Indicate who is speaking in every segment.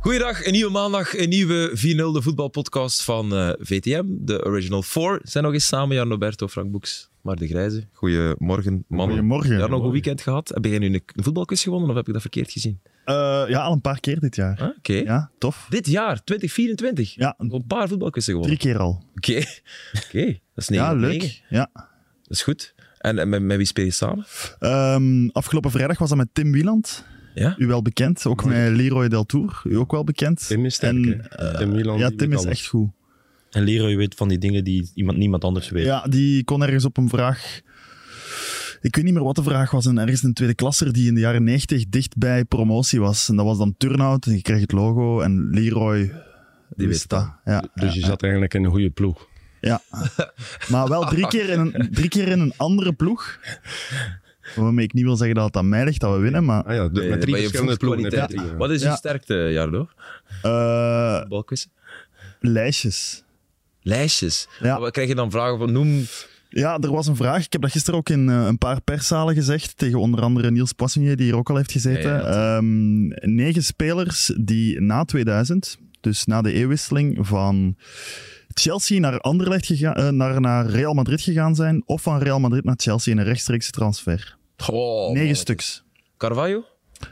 Speaker 1: Goeiedag, een nieuwe maandag, een nieuwe 4-0, de voetbalpodcast van eh, VTM. De Original Four zijn nog eens samen, Jan Roberto, Frank Boeks, maar de Grijze. Goedemorgen, mannen.
Speaker 2: Goedemorgen.
Speaker 1: Ja, nog een weekend gehad. Heb jij nu een een voetbalquiz gewonnen of heb ik dat verkeerd gezien?
Speaker 2: Eh, ja, al een paar keer dit jaar.
Speaker 1: Ah, Oké.
Speaker 2: Ja, tof.
Speaker 1: Dit jaar, 2024,
Speaker 2: Ja,
Speaker 1: een paar voetbalquizzen
Speaker 2: drie
Speaker 1: gewonnen.
Speaker 2: keer al.
Speaker 1: Oké, oké. dat is 9
Speaker 2: Ja,
Speaker 1: op
Speaker 2: leuk.
Speaker 1: 9.
Speaker 2: Ja.
Speaker 1: Dat is goed. En, en met, met wie speel je samen?
Speaker 2: Ehm, afgelopen vrijdag was dat met Tim Wieland.
Speaker 1: Ja?
Speaker 2: U wel bekend. Ook met Leroy Del Tour. U ook wel bekend.
Speaker 3: Tim is sterk,
Speaker 2: En,
Speaker 3: hè?
Speaker 2: eh,
Speaker 3: Tim Milan,
Speaker 2: ja,
Speaker 3: die
Speaker 2: Tim
Speaker 3: weet
Speaker 2: is
Speaker 3: alles.
Speaker 2: echt goed.
Speaker 4: En Leroy weet van die dingen die iemand, niemand anders weet.
Speaker 2: Ja, die kon ergens op een vraag. Ik weet niet meer wat de vraag was. En er is een tweede klasser die in de jaren 90 dicht bij promotie was. En dat was dan Turnhout. En je kreeg het logo. En Leroy.
Speaker 1: weet
Speaker 2: wist
Speaker 1: dat.
Speaker 2: dat. Ja.
Speaker 3: Dus je zat eigenlijk in een goede ploeg.
Speaker 2: Maar wel drie keer in een, drie keer in een andere ploeg. Waarmee ik niet wil zeggen dat het aan mij ligt dat we winnen, maar
Speaker 3: Ah ja, de-
Speaker 1: Eh,
Speaker 3: met drie
Speaker 1: maar je
Speaker 3: verschillende
Speaker 1: voelt
Speaker 3: ploegen.
Speaker 1: kwaliteit.
Speaker 3: hè, drie, ja.
Speaker 1: Wat is je
Speaker 2: Ja.
Speaker 1: sterkte, Jardo?
Speaker 2: eh,
Speaker 1: Voetbalquizzen?
Speaker 2: lijstjes.
Speaker 1: Lijstjes.
Speaker 2: Ja.
Speaker 1: Wat krijg je dan vragen van noem
Speaker 2: Ja, er was een vraag. Ik heb dat gisteren ook in eh, een paar perszalen gezegd. Tegen onder andere Niels Poissonnier, die hier ook al heeft gezeten.
Speaker 1: Ja, ja,
Speaker 2: Ehm, negen spelers die na 2000, dus na de eeuwwisseling van Chelsea naar, Anderlecht gegaan, eh, naar, naar Real Madrid gegaan zijn. Of van Real Madrid naar Chelsea in een rechtstreekse transfer.
Speaker 1: Goh,
Speaker 2: negen
Speaker 1: man.
Speaker 2: stuks.
Speaker 1: Carvalho?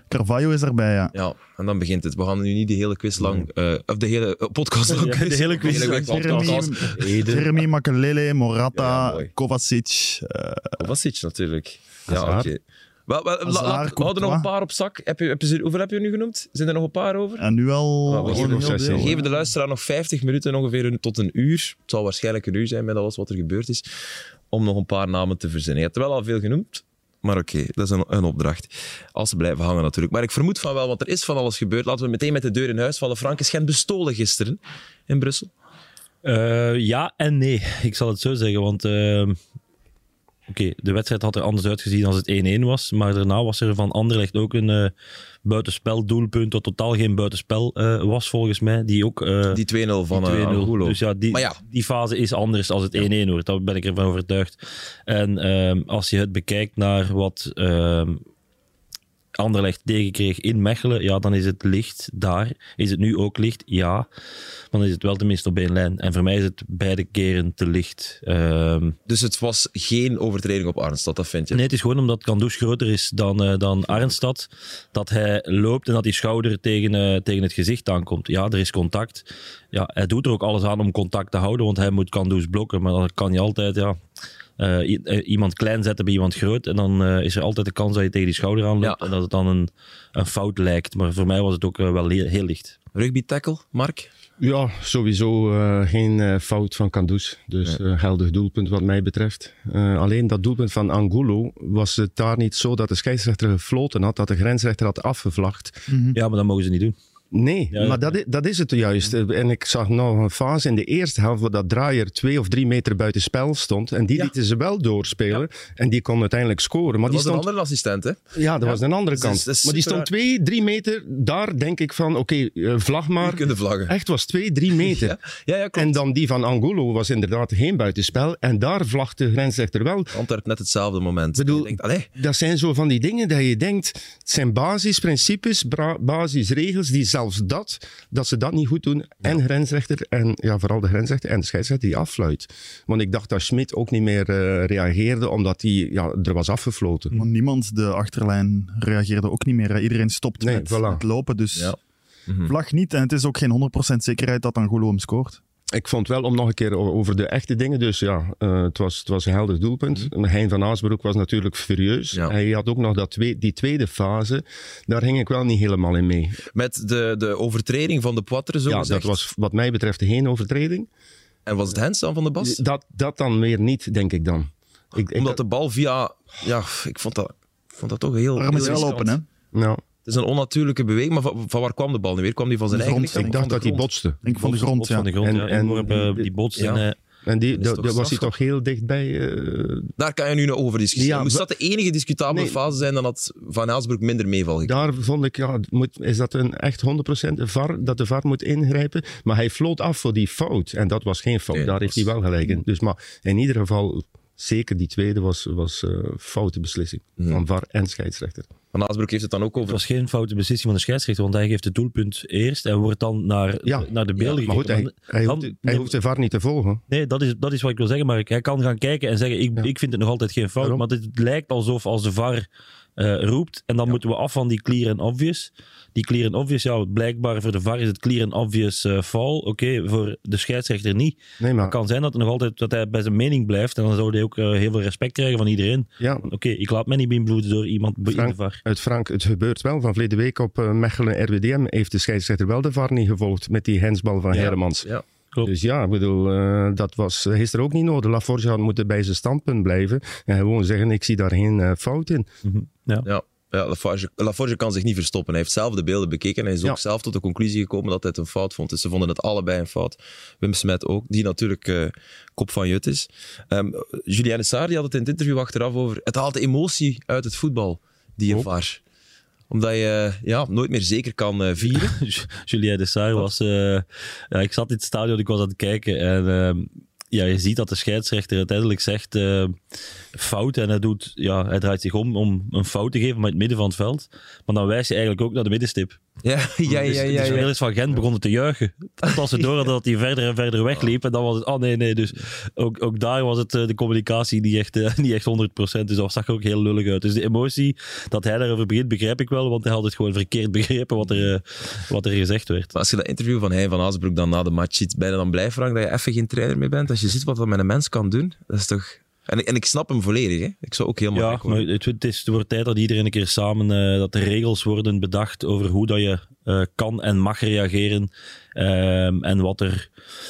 Speaker 2: Carvalho is daarbij, ja.
Speaker 1: Ja, en dan begint het. We gaan nu niet de hele quiz lang, eh, of de hele eh, podcast lang.
Speaker 4: de hele quiz
Speaker 2: lang.
Speaker 1: podcast.
Speaker 4: Eden.
Speaker 2: Jeremy Makelele, Morata,
Speaker 1: Ja, mooi.
Speaker 2: Kovacic. eh,
Speaker 1: Kovacic Oh, natuurlijk. Ja,
Speaker 3: Hazard.
Speaker 1: oké. Wel, wel, la-
Speaker 2: Hazard,
Speaker 1: laat- We houden nog
Speaker 2: Courtois.
Speaker 1: een paar op zak. Heb je, heb je ze- hoeveel heb je er nu genoemd? Zijn er nog een paar over?
Speaker 2: en nu al...
Speaker 3: Maar we
Speaker 2: al
Speaker 3: geven
Speaker 2: een
Speaker 3: nog
Speaker 2: heel
Speaker 3: zes
Speaker 2: deel,
Speaker 3: in.
Speaker 1: We
Speaker 2: hè.
Speaker 1: geven de luisteraar nog 50 minuten ongeveer een- tot een uur. Het zal waarschijnlijk een uur zijn met alles wat er gebeurd is. Om nog een paar namen te verzinnen. Je hebt er wel al veel genoemd. Maar oké, dat is een, een opdracht. Als ze blijven hangen natuurlijk. Maar ik vermoed van wel, want er is van alles gebeurd. Laten we meteen met de deur in huis vallen. Frank is geen bestolen gisteren in Brussel.
Speaker 4: Eh, ja en nee, ik zal het zo zeggen. Want eh, oké, de wedstrijd had er anders uitgezien als het 1-1 was. Maar daarna was er van Anderlecht ook een eh buitenspeldoelpunt dat totaal geen buitenspel eh, was volgens mij. Die ook... eh,
Speaker 1: Die 2-0 van
Speaker 4: Die
Speaker 1: eh,
Speaker 4: 2-0.
Speaker 1: Angulo.
Speaker 4: Dus ja, die,
Speaker 1: Maar ja.
Speaker 4: die fase is anders als het 1-1 wordt. Daar ben ik ervan overtuigd. En ehm, als je het bekijkt naar wat ehm Anderlecht tegenkreeg in Mechelen, ja, dan is het licht daar. Is het nu ook licht? Ja. Maar dan is het wel tenminste op één lijn. En voor mij is het beide keren te licht. Ehm,
Speaker 1: Dus het was geen overtreding op Arnstad, dat vind je?
Speaker 4: Nee, het is gewoon omdat Kandouche groter is dan, eh, dan Arnstad. Dat hij loopt en dat die schouder tegen, eh, tegen het gezicht aankomt. Ja, er is contact. Ja, hij doet er ook alles aan om contact te houden, want hij moet Kandouche blokken. Maar dan kan je altijd ja, eh, i- eh, iemand klein zetten bij iemand groot. En dan eh, is er altijd de kans dat je tegen die schouder aanloopt
Speaker 1: Ja.
Speaker 4: en dat het dan een, een fout lijkt. Maar voor mij was het ook eh, wel heel, heel licht.
Speaker 1: Rugby tackle, Mark?
Speaker 3: Ja, sowieso eh, geen eh, fout van Kandus. Dus eh, geldig doelpunt wat mij betreft. Eh, alleen dat doelpunt van Angulo was het daar niet zo dat de scheidsrechter gefloten had, dat de grensrechter had afgevlacht.
Speaker 4: Ja, maar dat mogen ze niet doen.
Speaker 3: Nee,
Speaker 4: Ja, ja.
Speaker 3: maar dat is, dat is het juist. En ik zag nog een fase in de eerste helft waar dat draaier twee of drie meter buiten spel stond. En die
Speaker 1: Ja.
Speaker 3: lieten ze wel doorspelen. En die kon uiteindelijk scoren.
Speaker 1: Dat
Speaker 3: Maar die
Speaker 1: was een
Speaker 3: stond
Speaker 1: andere assistent, hè?
Speaker 3: Ja, dat was een andere
Speaker 1: Dus Dat is-
Speaker 3: kant.
Speaker 1: dat is
Speaker 3: maar die
Speaker 1: super
Speaker 3: stond twee, drie meter. Daar denk ik van, oké, eh, vlag
Speaker 1: Maar...
Speaker 3: maar.
Speaker 1: kunnen vlaggen.
Speaker 3: Echt was twee, drie meter.
Speaker 1: Ja, ja, ja klopt.
Speaker 3: En dan die van Angulo was inderdaad geen buitenspel. En daar vlagde de grensrechter wel.
Speaker 1: Antwerp net hetzelfde moment.
Speaker 3: Bedoel-
Speaker 1: Je denkt, allee,
Speaker 3: Dat zijn zo van die dingen dat je denkt, het zijn basisprincipes, bra- basisregels, die zelfs dat, dat ze dat niet goed doen. En grensrechter, en ja, vooral de grensrechter en de scheidsrechter die affluit. Want ik dacht dat Schmid ook niet meer eh, reageerde, omdat hij ja, er was afgefloten.
Speaker 2: Want niemand, de achterlijn, reageerde ook niet meer. hè. Iedereen stopt
Speaker 3: Nee,
Speaker 2: met
Speaker 3: voilà.
Speaker 2: het lopen, dus
Speaker 1: Ja. Mhm.
Speaker 2: vlag niet. En het is ook geen 100% zekerheid dat Angulo hem scoort.
Speaker 3: Ik vond wel, om nog een keer o- over de echte dingen, dus ja, eh, het, was, het was een helder doelpunt. Hein van Aasbroek was natuurlijk furieus.
Speaker 1: Mhm. Ja.
Speaker 3: Hij had ook nog dat twee, die tweede fase, daar ging ik wel niet helemaal in mee.
Speaker 1: met de, de overtreding van de Poitre, zo
Speaker 3: ja,
Speaker 1: gezegd.
Speaker 3: dat was wat mij betreft geen overtreding.
Speaker 1: En was het Hens dan van de Bast?
Speaker 3: Dat, dat dan weer niet, denk ik dan. Ik, ik-
Speaker 1: Omdat de bal via... Ja, ik vond dat, ik vond dat toch heel...
Speaker 2: Arm
Speaker 1: heel
Speaker 2: is wel
Speaker 1: riskant.
Speaker 2: open, hè? Ik
Speaker 3: nou,
Speaker 1: Het is een onnatuurlijke beweging, maar van, van waar kwam de bal nu weer? Kwam die van zijn
Speaker 2: De
Speaker 1: eigen
Speaker 2: grond,
Speaker 1: lichaam
Speaker 3: ik
Speaker 1: of
Speaker 3: dacht
Speaker 1: van
Speaker 3: dat
Speaker 1: de
Speaker 3: hij
Speaker 1: grond?
Speaker 3: botste.
Speaker 2: denk van de grond,
Speaker 4: Botst
Speaker 2: ja.
Speaker 4: van de grond,
Speaker 3: En-
Speaker 4: ja.
Speaker 3: en-
Speaker 4: Inworp, eh, die botst.
Speaker 1: ja.
Speaker 4: En, eh,
Speaker 3: En die,
Speaker 1: is
Speaker 3: dat-
Speaker 1: toch
Speaker 3: dat was hij
Speaker 1: strafschop?
Speaker 3: toch heel dichtbij. eh,
Speaker 1: Daar kan je nu nog over discussiëren.
Speaker 3: Ja,
Speaker 1: Moest
Speaker 3: we-
Speaker 1: dat de enige discutabele
Speaker 3: Nee.
Speaker 1: fase zijn, dan had Van Haasbroek minder meeval gekregen.
Speaker 3: daar vond ik, ja, moet, is dat een echt 100% een VAR, dat de VAR moet ingrijpen. Maar hij floot af voor die fout. En dat was geen fout,
Speaker 1: Nee,
Speaker 3: daar
Speaker 1: dat
Speaker 3: heeft hij wel gelijk in. Dus, maar in ieder geval, zeker die tweede was, was eh foute beslissing. Van VAR en scheidsrechter.
Speaker 1: Van Haasbroek heeft het dan ook
Speaker 4: Het
Speaker 1: over...
Speaker 4: was geen foute beslissing van de scheidsrechter, want hij geeft het doelpunt eerst en wordt dan naar,
Speaker 3: Ja.
Speaker 4: naar de beelden
Speaker 3: Maar goed,
Speaker 4: gekeken.
Speaker 3: hij, hij,
Speaker 4: dan-
Speaker 3: hoeft, hij hoeft de VAR niet te volgen.
Speaker 4: Nee, dat is, dat is wat ik wil zeggen, maar hij kan gaan kijken en zeggen, ik,
Speaker 3: Ja.
Speaker 4: ik vind het nog altijd geen fout.
Speaker 3: Daarom.
Speaker 4: Maar het lijkt alsof als de VAR eh, roept, en dan moeten we af van die clear and obvious. Die clear and obvious, ja, blijkbaar voor de VAR is het clear and obvious eh foul. Oké, voor de scheidsrechter niet.
Speaker 3: Nee, maar...
Speaker 4: Het kan zijn dat, het nog altijd, dat hij bij zijn mening blijft en dan zou hij ook eh, heel veel respect krijgen van iedereen.
Speaker 3: Ja,
Speaker 4: Oké, ik laat mij niet beïnvloeden door iemand bij
Speaker 3: Frank-
Speaker 4: de VAR.
Speaker 3: Uit Frank, het gebeurt wel. Van verleden week op eh, Mechelen RWDM heeft de scheidsrechter wel de VAR niet gevolgd met die hensbal van
Speaker 1: Ja.
Speaker 3: Hermans.
Speaker 1: Ja.
Speaker 4: Klopt.
Speaker 3: Dus ja, ik bedoel, eh, dat was eh, gisteren ook niet nodig. Laforge had moeten bij zijn standpunt blijven en gewoon zeggen, ik zie daar geen eh, fout in.
Speaker 4: Mhm.
Speaker 1: Ja, ja Lafarge, Lafarge kan zich niet verstoppen. Hij heeft zelf de beelden bekeken en hij is
Speaker 3: Ja.
Speaker 1: ook zelf tot de conclusie gekomen dat hij het een fout vond. Dus ze vonden het allebei een fout. Wim Smet ook, die natuurlijk eh, kop van jut is. Ehm Julianne Saar die had het in het interview achteraf over... Het haalt de emotie uit het voetbal, die
Speaker 3: Ook.
Speaker 1: ervaar. Omdat je eh, ja, nooit meer zeker kan eh, vieren.
Speaker 4: Julien Dessart was... eh, ja, ik zat in het stadion, ik was aan het kijken. En ehm, ja, je ziet dat de scheidsrechter uiteindelijk zegt eh, fout. En hij, doet, ja, hij draait zich om om een fout te geven, maar in het midden van het veld. Maar dan wijst hij eigenlijk ook naar de middenstip.
Speaker 1: Ja, ja,
Speaker 4: Dus
Speaker 1: ja,
Speaker 4: de
Speaker 1: ja. ja,
Speaker 4: spelers van Gent begonnen te juichen. Tot als ze door hadden dat hij verder en verder wegliep. En dan was het, oh nee, nee. Dus ook, ook daar was het eh, de communicatie niet echt, eh, niet echt 100%. Dus dat zag er ook heel lullig uit. Dus de emotie dat hij daarover begint, begrijp ik wel. Want hij had het gewoon verkeerd begrepen wat er, eh, wat er gezegd werd.
Speaker 1: Maar als je dat interview van hij van Haasbroek dan na de match ziet, ben je dan blij, Frank, dat je even geen trainer meer bent? Als je ziet wat dat met een mens kan doen, dat is toch... En, en ik snap hem volledig, hè. Ik zou ook helemaal
Speaker 4: Ja,
Speaker 1: gek worden.
Speaker 4: maar het, het is, het wordt tijd dat iedereen een keer samen eh, dat de regels worden bedacht over hoe dat je eh, kan en mag reageren. Ehm, en wat er.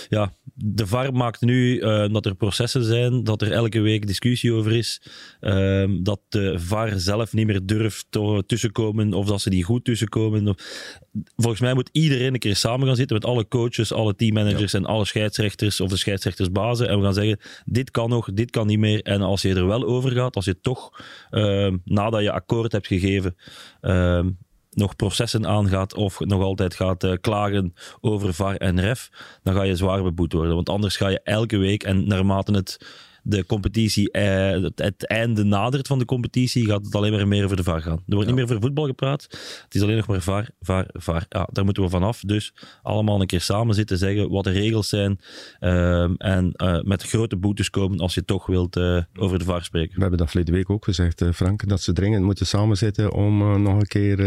Speaker 4: Ja, de VAR maakt nu eh, dat er processen zijn, dat er elke week discussie over is. ehm, dat de VAR zelf niet meer durft te- tussenkomen of dat ze niet goed tussenkomen. Of- Volgens mij moet iedereen een keer samen gaan zitten met alle coaches, alle teammanagers en alle scheidsrechters of de scheidsrechtersbazen. En we gaan zeggen: dit kan nog, dit kan niet meer. En als je er wel over gaat, als je toch ehm, nadat je akkoord hebt gegeven. ehm, nog processen aangaat of nog altijd gaat eh, klagen over VAR en REF, dan ga je zwaar beboet worden. Want anders ga je elke week en naarmate het de competitie, eh, het, het einde nadert van de competitie, gaat het alleen maar meer over de VAR gaan. Er wordt niet meer over voetbal gepraat, het is alleen nog maar VAR, VAR, VAR. Ja, daar moeten we vanaf. Dus allemaal een keer samen zitten, zeggen wat de regels zijn ehm, en eh, met grote boetes komen als je toch wilt eh, over de VAR spreken.
Speaker 3: We hebben dat verleden week ook gezegd, eh, Frank, dat ze dringend moeten samenzitten om eh, nog een keer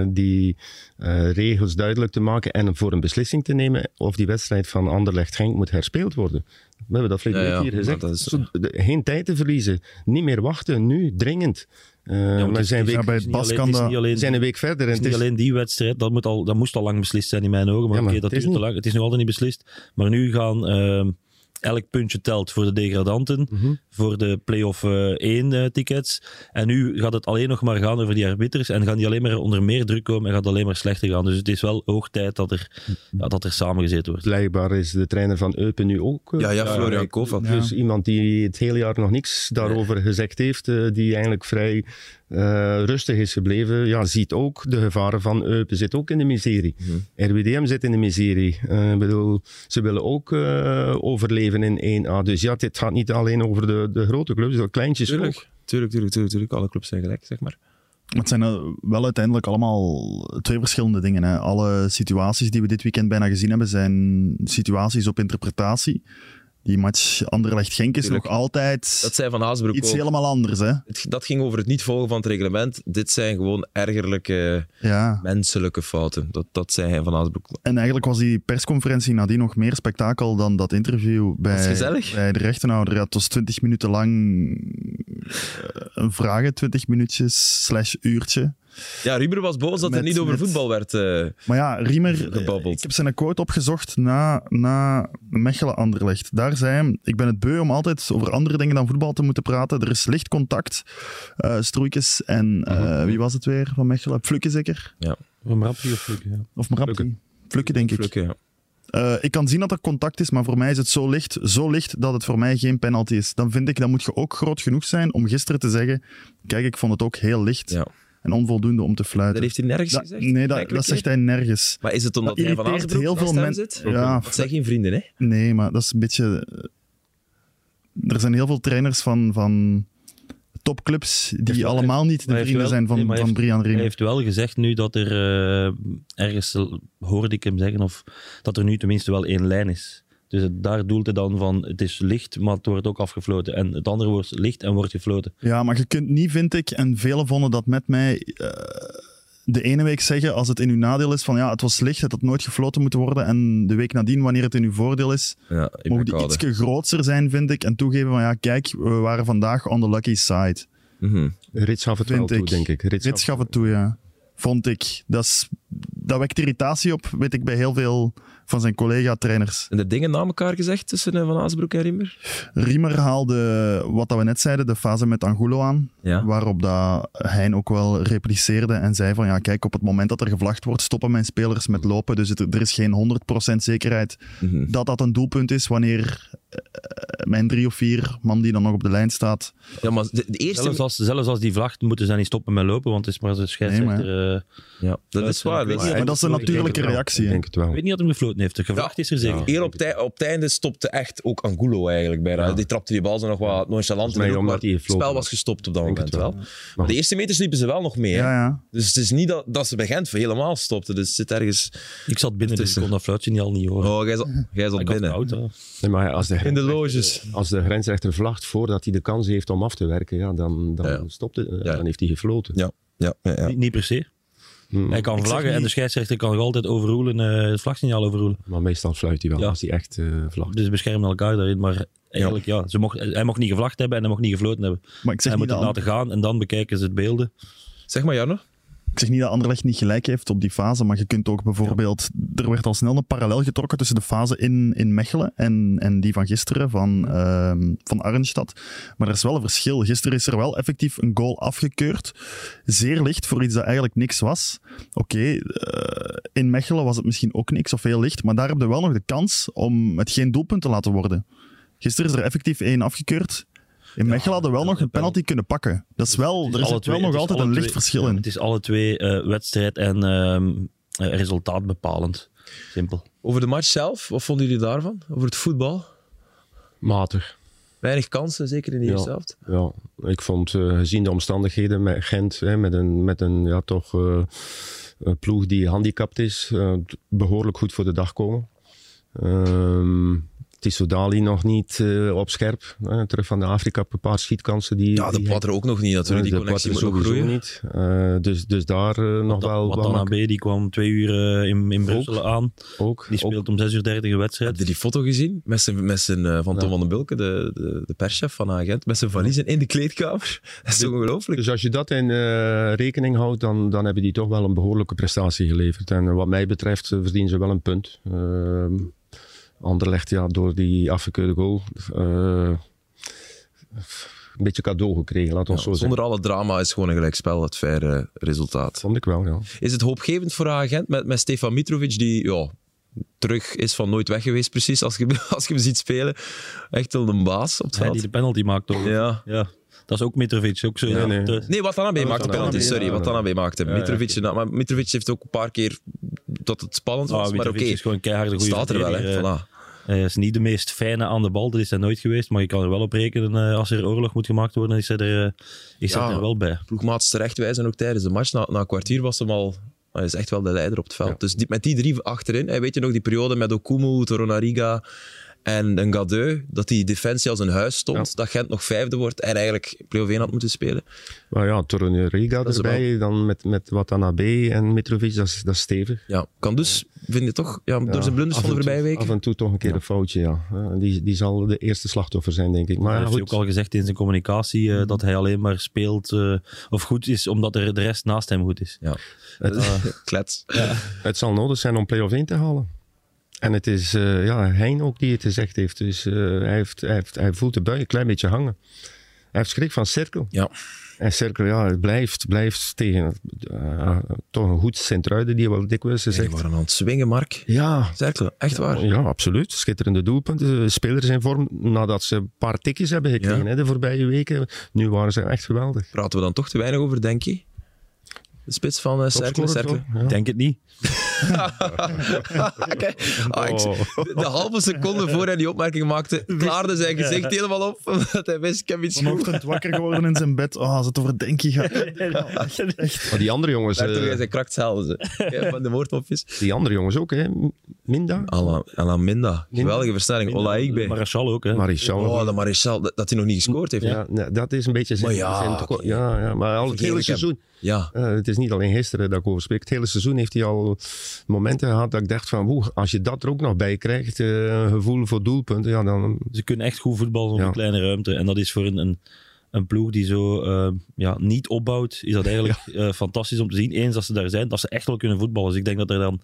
Speaker 3: eh, die eh, regels duidelijk te maken en voor een beslissing te nemen of die wedstrijd van Anderlecht-Genk moet herspeeld worden. We hebben dat verleden
Speaker 1: Ja,
Speaker 3: week
Speaker 1: ja, maar
Speaker 3: hier gezegd.
Speaker 1: dat is-
Speaker 3: Zo, de- geen tijd te verliezen. Niet meer wachten, nu, dringend. Eh,
Speaker 4: want
Speaker 3: we
Speaker 4: het
Speaker 3: zijn,
Speaker 4: is-
Speaker 3: week,
Speaker 2: Ja, bij het
Speaker 4: Het is niet
Speaker 2: Bas
Speaker 4: alleen-
Speaker 2: kan
Speaker 4: het is
Speaker 2: dat...
Speaker 4: niet alleen-
Speaker 3: we zijn een week verder en
Speaker 4: Het is niet
Speaker 3: het is-
Speaker 4: alleen die wedstrijd, dat, moet al, dat moest al lang beslist zijn in mijn ogen. Maar,
Speaker 3: Ja, maar
Speaker 4: oké, dat
Speaker 3: het is
Speaker 4: duurt te
Speaker 3: niet.
Speaker 4: lang. Het is nog altijd niet beslist. Maar nu gaan ehm, elk puntje telt voor de degradanten,
Speaker 3: Mhm.
Speaker 4: voor de play-off 1 tickets. En nu gaat het alleen nog maar gaan over die arbiters en gaan die alleen maar onder meer druk komen en gaat het alleen maar slechter gaan. Dus het is wel hoog tijd dat er,
Speaker 3: Mhm.
Speaker 4: ja, dat er samengezet wordt.
Speaker 3: blijkbaar is de trainer van Eupen nu ook... eh,
Speaker 1: Ja, ja, Florian Kovac.
Speaker 2: Ja.
Speaker 3: Dus iemand die het hele jaar nog niks daarover gezegd heeft, eh, die eigenlijk vrij eh, rustig is gebleven, ja, ziet ook de gevaren van Eupen, zit ook in de miserie.
Speaker 1: Mhm.
Speaker 3: RWDM zit in de miserie. Eh, ik bedoel, ze willen ook eh, overleven in 1A. Dus ja, dit gaat niet alleen over de, de grote clubs, de kleintjes ook.
Speaker 1: Tuurlijk. Tuurlijk, tuurlijk, tuurlijk, tuurlijk. Alle clubs zijn gelijk, zeg maar.
Speaker 2: Maar het zijn eh, wel uiteindelijk allemaal twee verschillende dingen. Hè. Alle situaties die we dit weekend bijna gezien hebben, zijn situaties op interpretatie. Die match Anderlecht-Genk is
Speaker 1: Tuurlijk.
Speaker 2: nog altijd
Speaker 1: Dat zei Van Haasbroek
Speaker 2: iets
Speaker 1: ook.
Speaker 2: helemaal anders. Hè.
Speaker 1: Het- Dat ging over het niet volgen van het reglement. Dit zijn gewoon ergerlijke
Speaker 2: Ja.
Speaker 1: menselijke fouten. Dat, dat zei hij Van Haasbroek.
Speaker 2: En eigenlijk was die persconferentie nadien nog meer spektakel dan dat interview
Speaker 1: is
Speaker 2: bij,
Speaker 1: gezellig.
Speaker 2: bij de rechtenhouder. Ja, het was 20 minuten lang eh, een vragen, 20 minuutjes slash uurtje.
Speaker 1: Ja, Ruber was boos dat er
Speaker 2: Met-
Speaker 1: niet over
Speaker 2: met-
Speaker 1: voetbal werd. eh.
Speaker 2: Maar ja, Riemer, eh,
Speaker 1: Gebabbeld.
Speaker 2: ik heb zijn quote opgezocht na, na Mechelen-Anderlecht. Daar zei hij, ik ben het beu om altijd over andere dingen dan voetbal te moeten praten. Er is licht contact, eh Stroeikes en eh,
Speaker 1: Mhm.
Speaker 2: wie was het weer van Mechelen? Flukke zeker? Of Mrapki? Flukke, denk ik.
Speaker 1: Flukke, ja.
Speaker 2: Eh, ik kan zien dat er contact is, maar voor mij is het zo licht, zo licht dat het voor mij geen penalty is. Dan vind ik, dan moet je ook groot genoeg zijn om gisteren te zeggen, kijk, ik vond het ook heel licht
Speaker 1: Ja.
Speaker 2: en onvoldoende om te
Speaker 1: Dat
Speaker 2: fluiten.
Speaker 1: heeft hij nergens
Speaker 2: Dat-
Speaker 1: gezegd.
Speaker 2: nee, dat,
Speaker 1: Enkele
Speaker 2: dat
Speaker 1: keer.
Speaker 2: zegt hij nergens.
Speaker 1: Maar is het omdat
Speaker 2: Dat
Speaker 1: hij Van
Speaker 2: irriteert
Speaker 1: Haasbroek
Speaker 2: heel veel
Speaker 1: naast hem
Speaker 2: mensen.
Speaker 1: zit?
Speaker 2: Ja,
Speaker 1: Dat zijn geen vrienden, hè?
Speaker 2: eh, Nee, maar dat is een beetje. Er zijn heel veel trainers van, van topclubs die
Speaker 4: Heeft-
Speaker 2: allemaal niet
Speaker 4: maar
Speaker 2: de
Speaker 4: heeft
Speaker 2: vrienden
Speaker 4: wel-
Speaker 2: zijn van,
Speaker 4: nee, maar
Speaker 2: van
Speaker 4: heeft-
Speaker 2: Brian
Speaker 4: Hij
Speaker 2: Reno.
Speaker 4: heeft wel gezegd nu dat er eh, ergens, eh, hoorde ik hem zeggen, of dat er nu tenminste wel één lijn is. Dus het- daar doelt hij dan van, het is licht, maar het wordt ook afgefloten. En het andere wordt licht en wordt gefloten.
Speaker 2: Ja, maar je kunt niet, vind ik, en velen vonden dat met mij, eh, de ene week zeggen als het in uw nadeel is van ja, het was licht, het had nooit gefloten moeten worden. En de week nadien, wanneer het in uw voordeel is,
Speaker 1: Ja, ik ben
Speaker 2: mogen die
Speaker 1: kouder.
Speaker 2: ietsje groter zijn, vind ik. En toegeven van ja, kijk, we waren vandaag on the lucky side.
Speaker 1: Mhm.
Speaker 3: Rits gaf het wel
Speaker 2: Vind
Speaker 3: toe,
Speaker 2: ik.
Speaker 3: denk ik. Rits
Speaker 2: Rits
Speaker 3: gaf-
Speaker 2: gaf het toe, ja. Vond ik. Dat, is, dat wekt irritatie op, weet ik, bij heel veel van zijn collega-trainers.
Speaker 1: En er dingen na elkaar gezegd tussen eh, Van Azenbroek en Riemer?
Speaker 2: Riemer haalde, wat dat we net zeiden, de fase met Angulo aan.
Speaker 1: Ja.
Speaker 2: Waarop dat Hein ook wel repliceerde en zei van ja, kijk, op het moment dat er gevlacht wordt, stoppen mijn spelers met lopen. Dus het- er is geen 100% zekerheid
Speaker 1: Mhm.
Speaker 2: dat dat een doelpunt is wanneer eh, mijn drie of vier man die dan nog op de lijn staat.
Speaker 1: Ja, maar de, de eerste...
Speaker 4: Zelfs als, zelfs als die vlacht moeten ze niet stoppen met lopen, want het is maar zo'n scheidsrechter. eh,
Speaker 1: ja, dat is waar. Dat is-
Speaker 2: Maar dat is een
Speaker 4: Ik denk
Speaker 2: natuurlijke
Speaker 4: het wel.
Speaker 2: reactie.
Speaker 3: Ik
Speaker 2: hè.
Speaker 3: denk het wel.
Speaker 4: ik weet niet dat hem gefloten heeft. De gevlacht
Speaker 1: Ja.
Speaker 4: is er zeker.
Speaker 3: Ja.
Speaker 1: Hier op, het ei- op het einde stopte echt ook Angulo eigenlijk bijna. Die trapte die bal zo nog wat nonchalant.
Speaker 3: Volgens mij
Speaker 1: in, ook,
Speaker 3: omdat
Speaker 1: maar
Speaker 3: hij
Speaker 1: het
Speaker 3: gefloten
Speaker 1: spel was
Speaker 3: was.
Speaker 1: gestopt op dat
Speaker 3: Denk
Speaker 1: moment
Speaker 3: het
Speaker 1: wel.
Speaker 3: wel.
Speaker 1: Maar de eerste meters liepen ze wel nog mee. hè.
Speaker 2: Ja, ja.
Speaker 1: Dus het is niet dat, dat ze bij Gent voor helemaal stopten. Dus het zit ergens...
Speaker 4: Ik zat binnen, dus ik kon dat fluitje niet al niet horen.
Speaker 1: Oh, jij zat, jij zat
Speaker 4: ik
Speaker 1: binnen.
Speaker 4: had koud, eh. hè.
Speaker 3: Nee, maar als de,
Speaker 1: In de
Speaker 3: grens-
Speaker 1: loges.
Speaker 3: als de grensrechter vlagt voordat hij de kans heeft om af te werken, ja, dan, dan,
Speaker 1: Ja.
Speaker 3: Stopt het, eh,
Speaker 1: Ja.
Speaker 3: dan heeft hij gefloten.
Speaker 1: Ja, ja, ja. ja.
Speaker 4: Niet, niet per se.
Speaker 3: Hmm.
Speaker 4: Hij kan vlaggen en
Speaker 2: niet-
Speaker 4: de scheidsrechter kan nog altijd overroelen, eh, het vlagsignaal overroelen.
Speaker 3: Maar meestal fluit hij wel
Speaker 4: Ja.
Speaker 3: als hij echt eh, vlagt.
Speaker 4: Dus beschermen elkaar daarin. Maar eigenlijk, ja, ze mocht, hij mocht niet gevlacht hebben en hij mocht niet gefloten hebben.
Speaker 2: Maar ik zeg,
Speaker 4: Hij
Speaker 2: niet
Speaker 4: moet
Speaker 2: dat,
Speaker 4: het
Speaker 2: An-
Speaker 4: laten gaan en dan bekijken ze het beelden.
Speaker 1: Zeg maar, Jarno.
Speaker 2: ik zeg niet dat Anderlecht niet gelijk heeft op die fase, maar je kunt ook bijvoorbeeld... Er werd al snel een parallel getrokken tussen de fase in, in Mechelen en, en die van gisteren van, ehm van Arnstad. Maar er is wel een verschil. Gisteren is er wel effectief een goal afgekeurd. Zeer licht voor iets dat eigenlijk niks was. Oké, eh, in Mechelen was het misschien ook niks of heel licht, maar daar heb je wel nog de kans om het geen doelpunt te laten worden. Gisteren is er effectief één afgekeurd. In Mechelen hadden we wel
Speaker 4: de-
Speaker 2: nog
Speaker 4: de
Speaker 2: een penalty kunnen pakken. Dat is wel, Oh,
Speaker 4: Het
Speaker 2: er is
Speaker 4: alle
Speaker 2: wel
Speaker 4: twee-
Speaker 2: nog
Speaker 4: het is
Speaker 2: altijd
Speaker 4: alle
Speaker 2: een licht
Speaker 4: twee-
Speaker 2: verschil
Speaker 4: ja,
Speaker 2: in.
Speaker 4: Het is alle twee eh, wedstrijd en ehm, eh, resultaat bepalend. Simpel.
Speaker 1: Over de match zelf, wat vonden jullie daarvan? Over het voetbal?
Speaker 3: Matig.
Speaker 1: Weinig kansen, zeker in de
Speaker 3: Ja.
Speaker 1: eerste helft.
Speaker 3: Ja, ik vond eh, gezien de omstandigheden met Gent, hè, met een, met een ja, toch, eh, een ploeg die gehandicapt is, eh, t- behoorlijk goed voor de dag komen. Ehm Tissoudali nog niet eh, op scherp. hè, terug van de Afrika, een paar schietkansen. Die,
Speaker 1: Ja, de
Speaker 3: die hij-
Speaker 1: Potter ook nog niet natuurlijk. Die
Speaker 3: de
Speaker 1: connectie moet
Speaker 3: Poitre
Speaker 1: nog
Speaker 3: sowieso
Speaker 1: groeien.
Speaker 3: niet. Eh, dus, dus daar eh, nog wel
Speaker 4: Wat
Speaker 3: wat
Speaker 4: dan
Speaker 3: mak-
Speaker 4: AB, die kwam twee uur eh, in, in Brussel aan.
Speaker 3: ook.
Speaker 4: Die
Speaker 3: ook
Speaker 4: speelt om 6 uur 30 een wedstrijd.
Speaker 1: Heb je die foto gezien? Met zijn, met zijn, eh, van Tom van den Bulke, de, de, de perschef van Agent, met zijn valiezen in de kleedkamer. Dat is ongelooflijk.
Speaker 3: Dus als je dat in eh, rekening houdt, dan, dan hebben die toch wel een behoorlijke prestatie geleverd. En wat mij betreft eh, verdienen ze wel een punt. Ehm Anderlecht, ja, door die afgekeurde goal. eh, een beetje cadeau gekregen, laat ons
Speaker 1: Ja,
Speaker 3: zo zeggen.
Speaker 1: zonder alle drama is gewoon een gelijkspel het faire resultaat.
Speaker 3: Vond ik wel, ja.
Speaker 1: Is het hoopgevend voor Agent met, met Stefan Mitrovic, die ja, terug is van nooit weg geweest, precies, als je, hem- als je hem ziet spelen. Echt wel een baas op het
Speaker 4: Hij die
Speaker 1: veld.
Speaker 4: de penalty maakt toch?
Speaker 1: Ja.
Speaker 4: Ja. Dat is ook Mitrovic. Ook zo
Speaker 3: Ja, nee.
Speaker 4: dat, eh,
Speaker 1: Nee, Watanabe
Speaker 3: Oh,
Speaker 1: maakt de penalty,
Speaker 3: Watanabe,
Speaker 1: sorry.
Speaker 3: ja.
Speaker 1: Watanabe maakt hem.
Speaker 3: Ja, ja,
Speaker 1: Mitrovic, nou, maar Mitrovic heeft ook een paar keer dat het spannend
Speaker 4: ah,
Speaker 1: was, maar
Speaker 4: Mitrovic
Speaker 1: oké.
Speaker 4: is gewoon een keiharde goede
Speaker 1: Staat er wel, hè.
Speaker 4: verdediger, eh.
Speaker 1: Voilà.
Speaker 4: Hij is niet de meest fijne aan de bal, dat is hij nooit geweest. Maar je kan er wel op rekenen, eh, als er oorlog moet gemaakt worden, is hij er, eh, is hij
Speaker 1: Ja.
Speaker 4: er wel bij.
Speaker 1: ploegmaats terechtwijzen ook tijdens de match. Na, na een kwartier was hem al... Hij is echt wel de leider op het veld. Dus die, met die drie achterin, hè, weet je nog die periode met Okumu, Toronariga en een Gadeu, dat die defensie als een huis stond, dat Gent nog vijfde wordt en eigenlijk play-off 1 had moeten spelen.
Speaker 3: Maar ja, Torunariga
Speaker 1: is
Speaker 3: erbij, dan met, met Watanabe en Mitrovic, dat is, dat is stevig.
Speaker 1: Ja, kan dus, vind je toch, ja, door
Speaker 3: Ja,
Speaker 1: zijn blunders
Speaker 3: af
Speaker 1: van de
Speaker 3: en toe-
Speaker 1: voorbije
Speaker 3: Af
Speaker 1: weken.
Speaker 3: en toe toch een keer een foutje, ja. Eh, Die, die zal de eerste slachtoffer zijn, denk ik. Maar
Speaker 4: hij
Speaker 3: goed. Mm.
Speaker 4: heeft ook al gezegd in zijn communicatie eh, dat hij alleen maar speelt eh, of goed is omdat er de rest naast hem goed is.
Speaker 1: Ja,
Speaker 3: Het-
Speaker 1: klets.
Speaker 3: Het zal nodig zijn om play-off 1 te halen. En het is eh, ja, Hein ook die het gezegd heeft. Dus eh, hij, heeft, hij, heeft, hij voelt de bui een klein beetje hangen. Hij heeft schrik van Cirkel.
Speaker 1: Ja.
Speaker 3: En Cirkel, ja, het blijft, blijft tegen eh, toch een goed Sint-Ruiden, die wel dikwijls
Speaker 1: Ze
Speaker 3: gezegd.
Speaker 1: waren aan het swingen, Mark.
Speaker 3: Ja,
Speaker 1: Zerkelen, echt waar.
Speaker 3: ja, absoluut. Schitterende doelpunten. De Spelers in vorm nadat ze een paar tikjes hebben gekregen
Speaker 1: Ja.
Speaker 3: hè, de voorbije weken. Nu waren ze echt geweldig.
Speaker 1: Praten we dan toch te weinig over, denk je? De spits van eh Cercle,
Speaker 3: Topscorer
Speaker 1: Cercle.
Speaker 3: toch? Ja.
Speaker 4: Ik denk het niet.
Speaker 1: Kijk, ah,
Speaker 3: Oh.
Speaker 1: ik- de halve seconde voor hij die opmerking maakte, klaarde zijn gezicht helemaal op. Omdat hij wist, ik heb iets goed.
Speaker 2: Vanochtend wakker geworden in zijn bed. Ah, oh, het over Denkie gaat.
Speaker 3: Maar die andere jongens,
Speaker 1: Daar
Speaker 3: eh,
Speaker 1: toch zijn krakt zelden ze. Ja, Van de woordmopjes.
Speaker 3: die andere jongens ook, hè? Minda?
Speaker 1: Alain Alain Minda. Geweldige versnelling. Ola Ikbe.
Speaker 4: Marachal Eh, ook, hè.
Speaker 3: Marichal.
Speaker 1: Oh, de Maréchal. Dat, dat hij nog niet gescoord heeft.
Speaker 3: ja, nee, dat is een beetje zijn.
Speaker 1: Maar ja,
Speaker 3: zijn teko-
Speaker 1: oké.
Speaker 3: ja, ja, maar al het
Speaker 1: Vergeef
Speaker 3: hele
Speaker 1: ik hem.
Speaker 3: seizoen.
Speaker 1: Ja.
Speaker 3: Eh, het is niet alleen gisteren dat ik over spreek. Het hele seizoen heeft hij al momenten gehad dat ik dacht van, woe, als je dat er ook nog bij krijgt, eh, een gevoel voor doelpunten, ja, dan
Speaker 4: Ze kunnen echt goed voetballen op
Speaker 3: Ja.
Speaker 4: een kleine ruimte. En dat is voor een, een, een ploeg die zo eh, ja, niet opbouwt, is dat eigenlijk eh, fantastisch om te zien. Eens dat ze daar zijn, dat ze echt wel kunnen voetballen. Dus ik denk dat er dan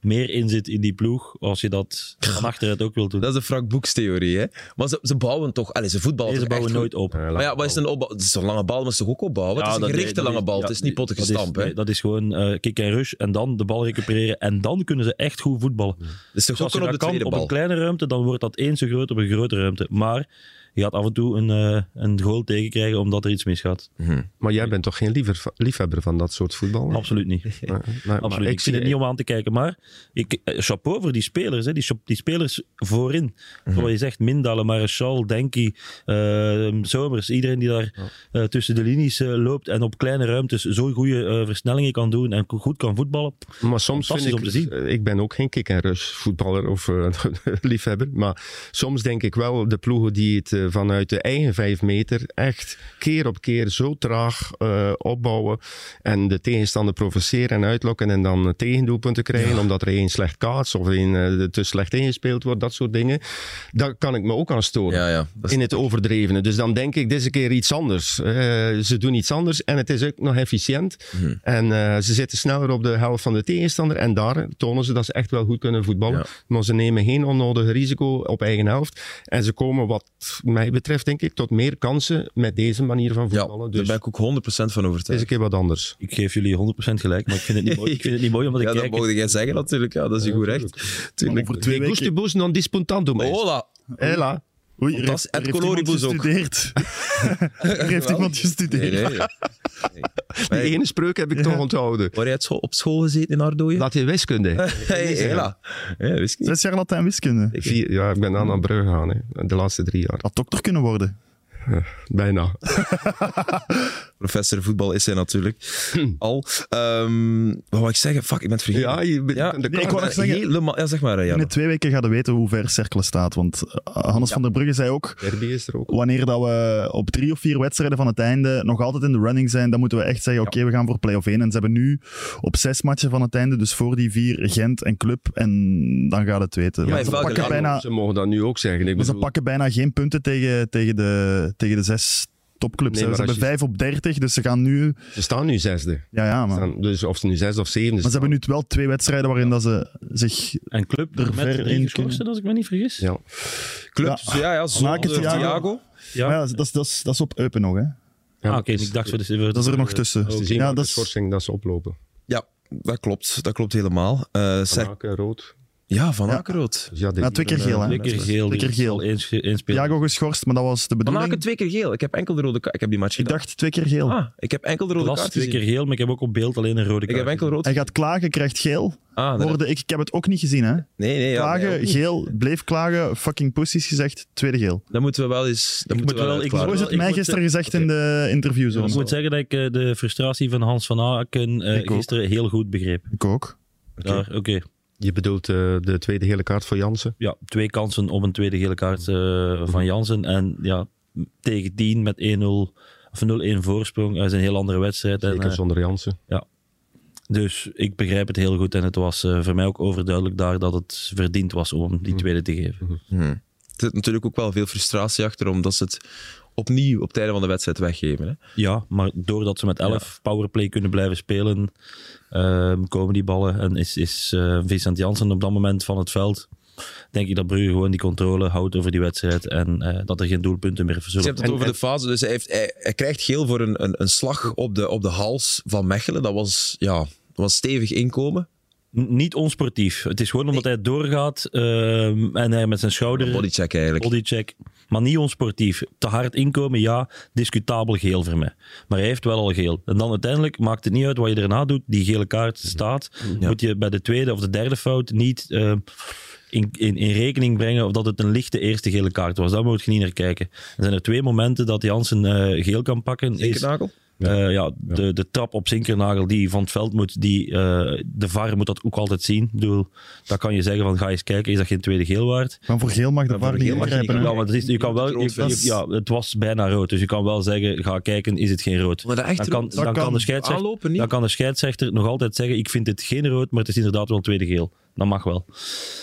Speaker 4: meer in zit in die ploeg, als je dat van achteruit ook wilt doen.
Speaker 1: Dat is de Frank Boeks theorie, hè. Maar ze, ze bouwen toch... Allee, ze voetballen
Speaker 4: Deze
Speaker 1: toch
Speaker 4: bouwen
Speaker 1: echt
Speaker 4: nooit
Speaker 1: goed.
Speaker 4: op.
Speaker 3: Eh,
Speaker 1: Maar ja, wat is een opbouw? Het is een lange bal, maar ze toch ook opbouwen?
Speaker 4: Ja,
Speaker 1: het is een
Speaker 4: dat-
Speaker 1: gerichte
Speaker 4: dat-
Speaker 1: lange bal.
Speaker 4: ja,
Speaker 1: het is niet pottig
Speaker 4: dat is-
Speaker 1: gestampt, hè.
Speaker 4: nee, dat is gewoon eh, kick en rush en dan de bal recupereren. En dan kunnen ze echt goed voetballen.
Speaker 1: Dus ze
Speaker 4: Dus als je
Speaker 1: gokken op
Speaker 4: dat
Speaker 1: de
Speaker 4: kan
Speaker 1: tweede
Speaker 4: op
Speaker 1: bal.
Speaker 4: een kleine ruimte, dan wordt dat één zo groot op een grote ruimte. Maar je gaat af en toe een, eh, een goal tegenkrijgen omdat er iets misgaat.
Speaker 3: Maar jij bent toch geen liever, liefhebber van dat soort voetbal?
Speaker 4: Absoluut niet.
Speaker 3: Nee, nee, maar
Speaker 4: Absoluut. Ik,
Speaker 3: zie-
Speaker 4: vind het niet om aan te kijken, maar ik, eh, chapeau voor die spelers. Hè. Die, chap- die spelers voorin. Zoals je zegt, Mindalen, Maréchal, Denki, eh, Zomers. Iedereen die daar eh, tussen de linies eh, loopt en op kleine ruimtes zo'n goede eh, versnellingen kan doen en goed kan voetballen.
Speaker 3: Maar soms vind
Speaker 4: Fantastisch
Speaker 3: ik,
Speaker 4: om te zien.
Speaker 3: ik ben ook geen kick-and-rush voetballer of eh, liefhebber, maar soms denk ik wel de ploegen die het eh, vanuit de eigen vijf meter echt keer op keer zo traag eh, opbouwen en de tegenstander provoceren en uitlokken en dan eh, tegendoelpunten krijgen omdat er één slecht kaats of één eh, te slecht ingespeeld wordt, dat soort dingen. Daar kan ik me ook aan storen.
Speaker 1: Mhm. Ja, ja. Dat is-
Speaker 3: In het overdrevene. Dus dan denk ik deze keer iets anders. Eh, ze doen iets anders en het is ook nog efficiënt.
Speaker 1: Mhm.
Speaker 3: En eh, ze zitten sneller op de helft van de tegenstander. En daar tonen ze dat ze echt wel goed kunnen voetballen.
Speaker 1: Ja.
Speaker 3: Maar ze nemen geen onnodige risico op eigen helft. En ze komen, wat mij betreft, denk ik, tot meer kansen met deze manier van
Speaker 1: ja,
Speaker 3: voetballen.
Speaker 1: daar
Speaker 3: dus
Speaker 1: ben ik ook 100% van
Speaker 3: het is
Speaker 1: overtuigd.
Speaker 3: een keer wat anders.
Speaker 4: Ik geef jullie 100% gelijk, maar ik vind het niet mooi, ik vind het niet mooi omdat ik
Speaker 1: Ja, dat
Speaker 4: kijk.
Speaker 1: mogen jij zeggen natuurlijk. Ja, dat is je goed recht. Tuurlijk.
Speaker 2: Over twee
Speaker 3: De
Speaker 2: weken...
Speaker 3: gustibus non dispuntandum. est.
Speaker 1: Hola.
Speaker 3: Hela.
Speaker 2: Oei, er
Speaker 1: Fantastisch.
Speaker 2: heeft, er
Speaker 1: En
Speaker 2: heeft iemand
Speaker 1: Coloribus ook.
Speaker 2: gestudeerd. er heeft iemand gestudeerd.
Speaker 1: Nee, nee. nee.
Speaker 3: Die
Speaker 1: Hey,
Speaker 3: ene spreuk heb ik toch onthouden.
Speaker 1: Waar jij het scho- op school gezeten in Ardooien?
Speaker 3: Laat je wiskunde.
Speaker 1: Hey, hela. Ja, wist ik niet.
Speaker 2: Zes jaar Latijn wiskunde.
Speaker 3: Vier, ja, ik ben aan naar Brugge gegaan, hè. de laatste drie jaar.
Speaker 2: Had dokter kunnen worden.
Speaker 3: Bijna.
Speaker 1: Professor voetbal is hij natuurlijk al. Ehm, wat wou ik zeggen? Fuck, ik ben het vergeten.
Speaker 3: Ja, je bent
Speaker 1: Ja,
Speaker 3: de
Speaker 2: nee, ik wou
Speaker 3: kans-
Speaker 2: net zeggen-
Speaker 1: Helemaal, ja, zeg maar, ja.
Speaker 2: Binnen twee weken gaan we weten hoe ver Cercle staat. Want eh, Hannes van der Brugge zei ook...
Speaker 3: Derby is er ook.
Speaker 2: wanneer dat we op drie of vier wedstrijden van het einde nog altijd in de running zijn, dan moeten we echt zeggen, oké, we gaan voor play-off 1. En ze hebben nu op zes matchen van het einde, dus voor die vier, Gent en Club, en dan gaat het weten.
Speaker 1: maar
Speaker 2: Want ze,
Speaker 1: in welke
Speaker 2: pakken
Speaker 1: landen?
Speaker 2: bijna,
Speaker 3: Ze mogen dat nu ook zeggen. Ik
Speaker 2: ze
Speaker 3: bedoel,
Speaker 2: Dus pakken bijna geen punten tegen, tegen, de, tegen de zes topclubs.
Speaker 3: Nee,
Speaker 2: hè.
Speaker 3: maar
Speaker 2: ze
Speaker 3: als
Speaker 2: hebben
Speaker 3: je-
Speaker 2: vijf op dertig, dus ze gaan nu...
Speaker 3: Ze staan nu zesde.
Speaker 2: Ja, ja, maar...
Speaker 3: Staan- dus of ze nu zesde of zevende
Speaker 2: Maar ze
Speaker 3: staan.
Speaker 2: hebben nu wel twee wedstrijden waarin dat ze zich...
Speaker 4: En club
Speaker 2: Er
Speaker 4: er
Speaker 2: ver
Speaker 4: met
Speaker 2: in
Speaker 4: drie
Speaker 2: kunnen.
Speaker 4: geschorsten, als ik me niet vergis.
Speaker 3: Ja.
Speaker 1: Clubs, ja, ja.
Speaker 2: Maak het,
Speaker 1: Zolder,
Speaker 2: Thiago.
Speaker 1: Thiago.
Speaker 4: Ja.
Speaker 2: Maar ja, dat is, dat, is, dat is op Eupen nog, hè.
Speaker 4: Ah,
Speaker 3: Ja,
Speaker 4: oké, ik dacht... voor de- voor de-
Speaker 2: Dat is er nog tussen.
Speaker 3: Ze zien
Speaker 2: Ja,
Speaker 3: dat de
Speaker 2: dat is...
Speaker 3: schorsing dat ze oplopen.
Speaker 1: Ja, dat klopt. Dat klopt helemaal. Eh, Cer-
Speaker 3: Haken, rood.
Speaker 1: ja, Van
Speaker 2: Ja.
Speaker 1: Akerrood.
Speaker 3: Dus ja, dit-
Speaker 2: Ja, twee keer geel, hè.
Speaker 4: Twee keer geel.
Speaker 2: Twee keer
Speaker 4: die
Speaker 2: geel.
Speaker 4: zal eens- eens spelen.
Speaker 2: Thiago geschorst, maar dat was de
Speaker 1: Van
Speaker 2: bedoeling.
Speaker 1: Aken twee keer geel. Ik heb enkel de rode kaart. Ik heb die match
Speaker 2: Ik
Speaker 1: gedaan.
Speaker 2: dacht twee keer geel.
Speaker 1: Ah, ik heb enkel de rode
Speaker 4: Last
Speaker 1: kaart
Speaker 4: twee keer
Speaker 1: gezien.
Speaker 4: geel, maar ik heb ook op beeld alleen een rode
Speaker 1: Ik
Speaker 4: kaart.
Speaker 1: heb enkel rood.
Speaker 2: Hij gaat klagen, krijgt geel.
Speaker 1: Ah, daar-
Speaker 2: Hoorde ik, ik heb het ook niet gezien, hè?
Speaker 1: nee, nee. Ja,
Speaker 2: Klagen,
Speaker 1: nee, ook niet.
Speaker 2: geel, bleef klagen, fucking pussies gezegd, tweede geel.
Speaker 1: Dat moeten we wel eens... Dat
Speaker 4: Ik
Speaker 1: moeten we
Speaker 4: moet
Speaker 1: wel
Speaker 4: wel- ik
Speaker 1: uitklaren.
Speaker 2: Zo is het
Speaker 4: ik
Speaker 2: mij
Speaker 4: moet-
Speaker 2: gisteren gezegd in de interview. Zo.
Speaker 4: Ik moet zeggen dat ik eh, de frustratie van Hans van Aken eh,
Speaker 2: Ik ook.
Speaker 4: gisteren heel goed begreep.
Speaker 2: Ik ook.
Speaker 4: Daar, Oké,
Speaker 3: Je bedoelt eh, de tweede gele kaart voor Jansen.
Speaker 4: ja, twee kansen op een tweede gele kaart eh, van Jansen. En ja, tegen 10 met 1-0 of 0-1 voorsprong. Dat is een heel andere wedstrijd. En,
Speaker 3: Zeker
Speaker 4: eh,
Speaker 3: zonder Jansen.
Speaker 4: dus ik begrijp het heel goed. En het was eh, voor mij ook overduidelijk daar dat het verdiend was om die tweede te geven.
Speaker 1: Er zit natuurlijk ook wel veel frustratie achter, omdat ze het opnieuw op het einde van de wedstrijd weggeven. Hè?
Speaker 4: Ja, maar doordat ze met 11 powerplay kunnen blijven spelen, ehm, komen die ballen. En is, is eh, Vincent Janssen op dat moment van het veld, denk ik dat Brugge gewoon die controle houdt over die wedstrijd en eh, dat er geen doelpunten meer
Speaker 1: Je
Speaker 4: zullen
Speaker 1: hebt het over de fase, dus hij, heeft, hij, hij krijgt geel voor een, een, een slag op de, op de hals van Mechelen. Dat was, ja, dat was stevig inkomen.
Speaker 4: N- Niet onsportief. Het is gewoon omdat hij doorgaat ehm, en hij met zijn schouder...
Speaker 1: Bodycheck eigenlijk.
Speaker 4: Bodycheck. Maar niet onsportief. Te hard inkomen, ja. Discutabel geel voor mij. Maar hij heeft wel al geel. En dan uiteindelijk maakt het niet uit wat je erna doet. Die gele kaart staat. Moet je bij de tweede of de derde fout niet eh, in, in, in rekening brengen of dat het een lichte eerste gele kaart was. Daar moet je niet naar kijken. Er zijn er twee momenten dat Jansen eh, geel kan pakken. Is,
Speaker 1: Zinkernagel?
Speaker 4: eh, ja, de, de trap op Zinkernagel die van het veld moet, die, eh, de VAR moet dat ook altijd zien. Ik bedoel, daar kan je zeggen van ga eens kijken, is dat geen tweede geel waard?
Speaker 2: Maar voor geel mag de
Speaker 1: voor
Speaker 2: VAR
Speaker 1: geel
Speaker 2: niet
Speaker 1: mag je
Speaker 2: ingrijpen.
Speaker 1: niet
Speaker 2: hè.
Speaker 4: Ja, maar het, is, je kan wel, je-
Speaker 1: Rood was.
Speaker 4: ja, het was bijna rood, dus je kan wel zeggen, ga kijken, is het geen rood.
Speaker 1: Maar dat echt
Speaker 4: Dan kan,
Speaker 1: rood-
Speaker 4: dan
Speaker 2: dat
Speaker 4: kan
Speaker 2: kan
Speaker 4: de scheidsrechter,
Speaker 1: aanlopen niet.
Speaker 4: dan kan de scheidsrechter nog altijd zeggen, ik vind het geen rood, maar het is inderdaad wel een tweede geel. Dat mag wel.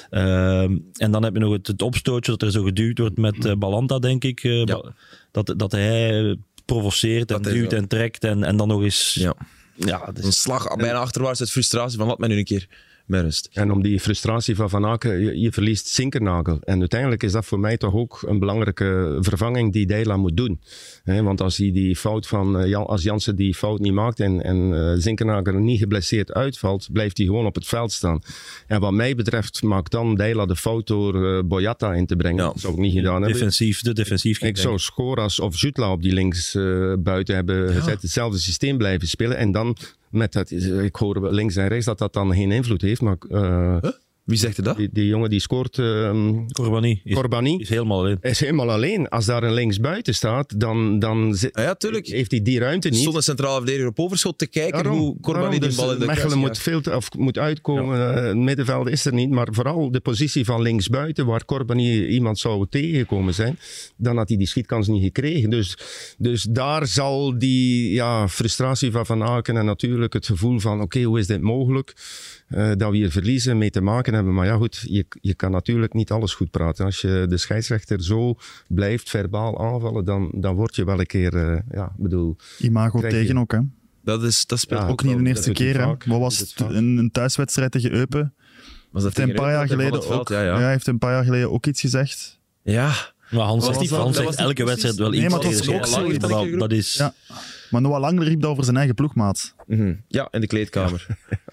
Speaker 4: Ehm, en dan heb je nog het, het opstootje dat er zo geduwd wordt met eh, Balanta, denk ik. eh, ba- dat, dat hij eh, provoceert en
Speaker 1: Dat hij
Speaker 4: duwt
Speaker 1: wel-
Speaker 4: en trekt en, en dan nog eens...
Speaker 1: Ja.
Speaker 4: ja dus het is-
Speaker 1: Een slag bijna achterwaarts uit frustratie van laat mij nu een keer met rust.
Speaker 3: En om die frustratie van Van Aken, je, je verliest Zinkernagel. En uiteindelijk is dat voor mij toch ook een belangrijke vervanging die Deila moet doen. Hè, want als, hij die fout van, eh, Jan, als Jansen die fout niet maakt en, en eh, Zinkernagel niet geblesseerd uitvalt, blijft hij gewoon op het veld staan. En wat mij betreft maakt dan Deila de fout door eh, Boyata in te brengen.
Speaker 1: Ja.
Speaker 3: Dat zou ik niet gedaan hebben.
Speaker 4: defensief, de defensief.
Speaker 3: Ik zou Scoras of Jutla op die links eh, buiten hebben gezet. Hetzelfde systeem blijven spelen. En dan met dat, eh, ik hoor wel links en rechts dat dat dan geen invloed heeft. Maar eh,
Speaker 1: Wie zegt er dat?
Speaker 3: die, die jongen die scoort, ehm
Speaker 4: Corbani is,
Speaker 3: Corbani,
Speaker 4: is helemaal alleen.
Speaker 3: is helemaal alleen. Als daar een linksbuiten staat, dan, dan zi-
Speaker 1: Ah ja, tuurlijk.
Speaker 3: heeft hij die ruimte
Speaker 1: Er
Speaker 3: niet.
Speaker 1: stond een centrale verdediger op overschot te kijken
Speaker 3: Daarom-
Speaker 1: hoe Corbani
Speaker 3: daarom,
Speaker 1: die
Speaker 3: dus
Speaker 1: bal in de kruis
Speaker 3: Mechelen moet,
Speaker 1: jaagt.
Speaker 3: veel te- of moet uitkomen. Eh, het middenveld is er niet. Maar vooral de positie van linksbuiten, waar Corbani iemand zou tegenkomen zijn, dan had hij die schietkans niet gekregen. Dus, dus daar zal die ja, frustratie van Van Aken en natuurlijk het gevoel van: oké, hoe is dit mogelijk? eh, dat we hier verliezen mee te maken hebben. Maar ja, goed, je, je kan natuurlijk niet alles goed praten. Als je de scheidsrechter zo blijft verbaal aanvallen, dan, dan word je wel een keer, eh, ja, ik bedoel,
Speaker 2: Imago
Speaker 3: Krijg je-
Speaker 2: tegen ook, hè.
Speaker 1: Dat, is, Ah, dat speelt
Speaker 3: Ja,
Speaker 1: ook
Speaker 2: Ook niet
Speaker 1: wel.
Speaker 2: de eerste
Speaker 3: doet hij
Speaker 2: keer, hè.
Speaker 3: vaak.
Speaker 2: Wat
Speaker 3: Dat
Speaker 2: was
Speaker 3: doet
Speaker 2: het?
Speaker 3: hij vaak.
Speaker 2: Een, een thuiswedstrijd tegen Eupen.
Speaker 1: Was dat
Speaker 2: Heeft hij een
Speaker 1: tegen
Speaker 2: paar jaar
Speaker 1: Reuven
Speaker 2: geleden
Speaker 1: van het
Speaker 2: ook...
Speaker 1: veld? Ja, ja.
Speaker 2: hij heeft een paar jaar geleden ook iets gezegd.
Speaker 1: Ja.
Speaker 4: Maar Hans
Speaker 1: Was
Speaker 4: zegt,
Speaker 1: die-
Speaker 4: Hans
Speaker 1: dat
Speaker 4: zegt
Speaker 1: was die
Speaker 4: elke
Speaker 1: precies-
Speaker 4: wedstrijd wel
Speaker 1: Nee,
Speaker 4: iets.
Speaker 2: maar dat
Speaker 4: tegen
Speaker 2: is ook
Speaker 4: Real Madrid,
Speaker 1: zoiets.
Speaker 4: maar dat- dat is...
Speaker 2: Ja. Maar Noah Lang riep dat over zijn eigen ploegmaat.
Speaker 1: Mhm. ja, in de kleedkamer.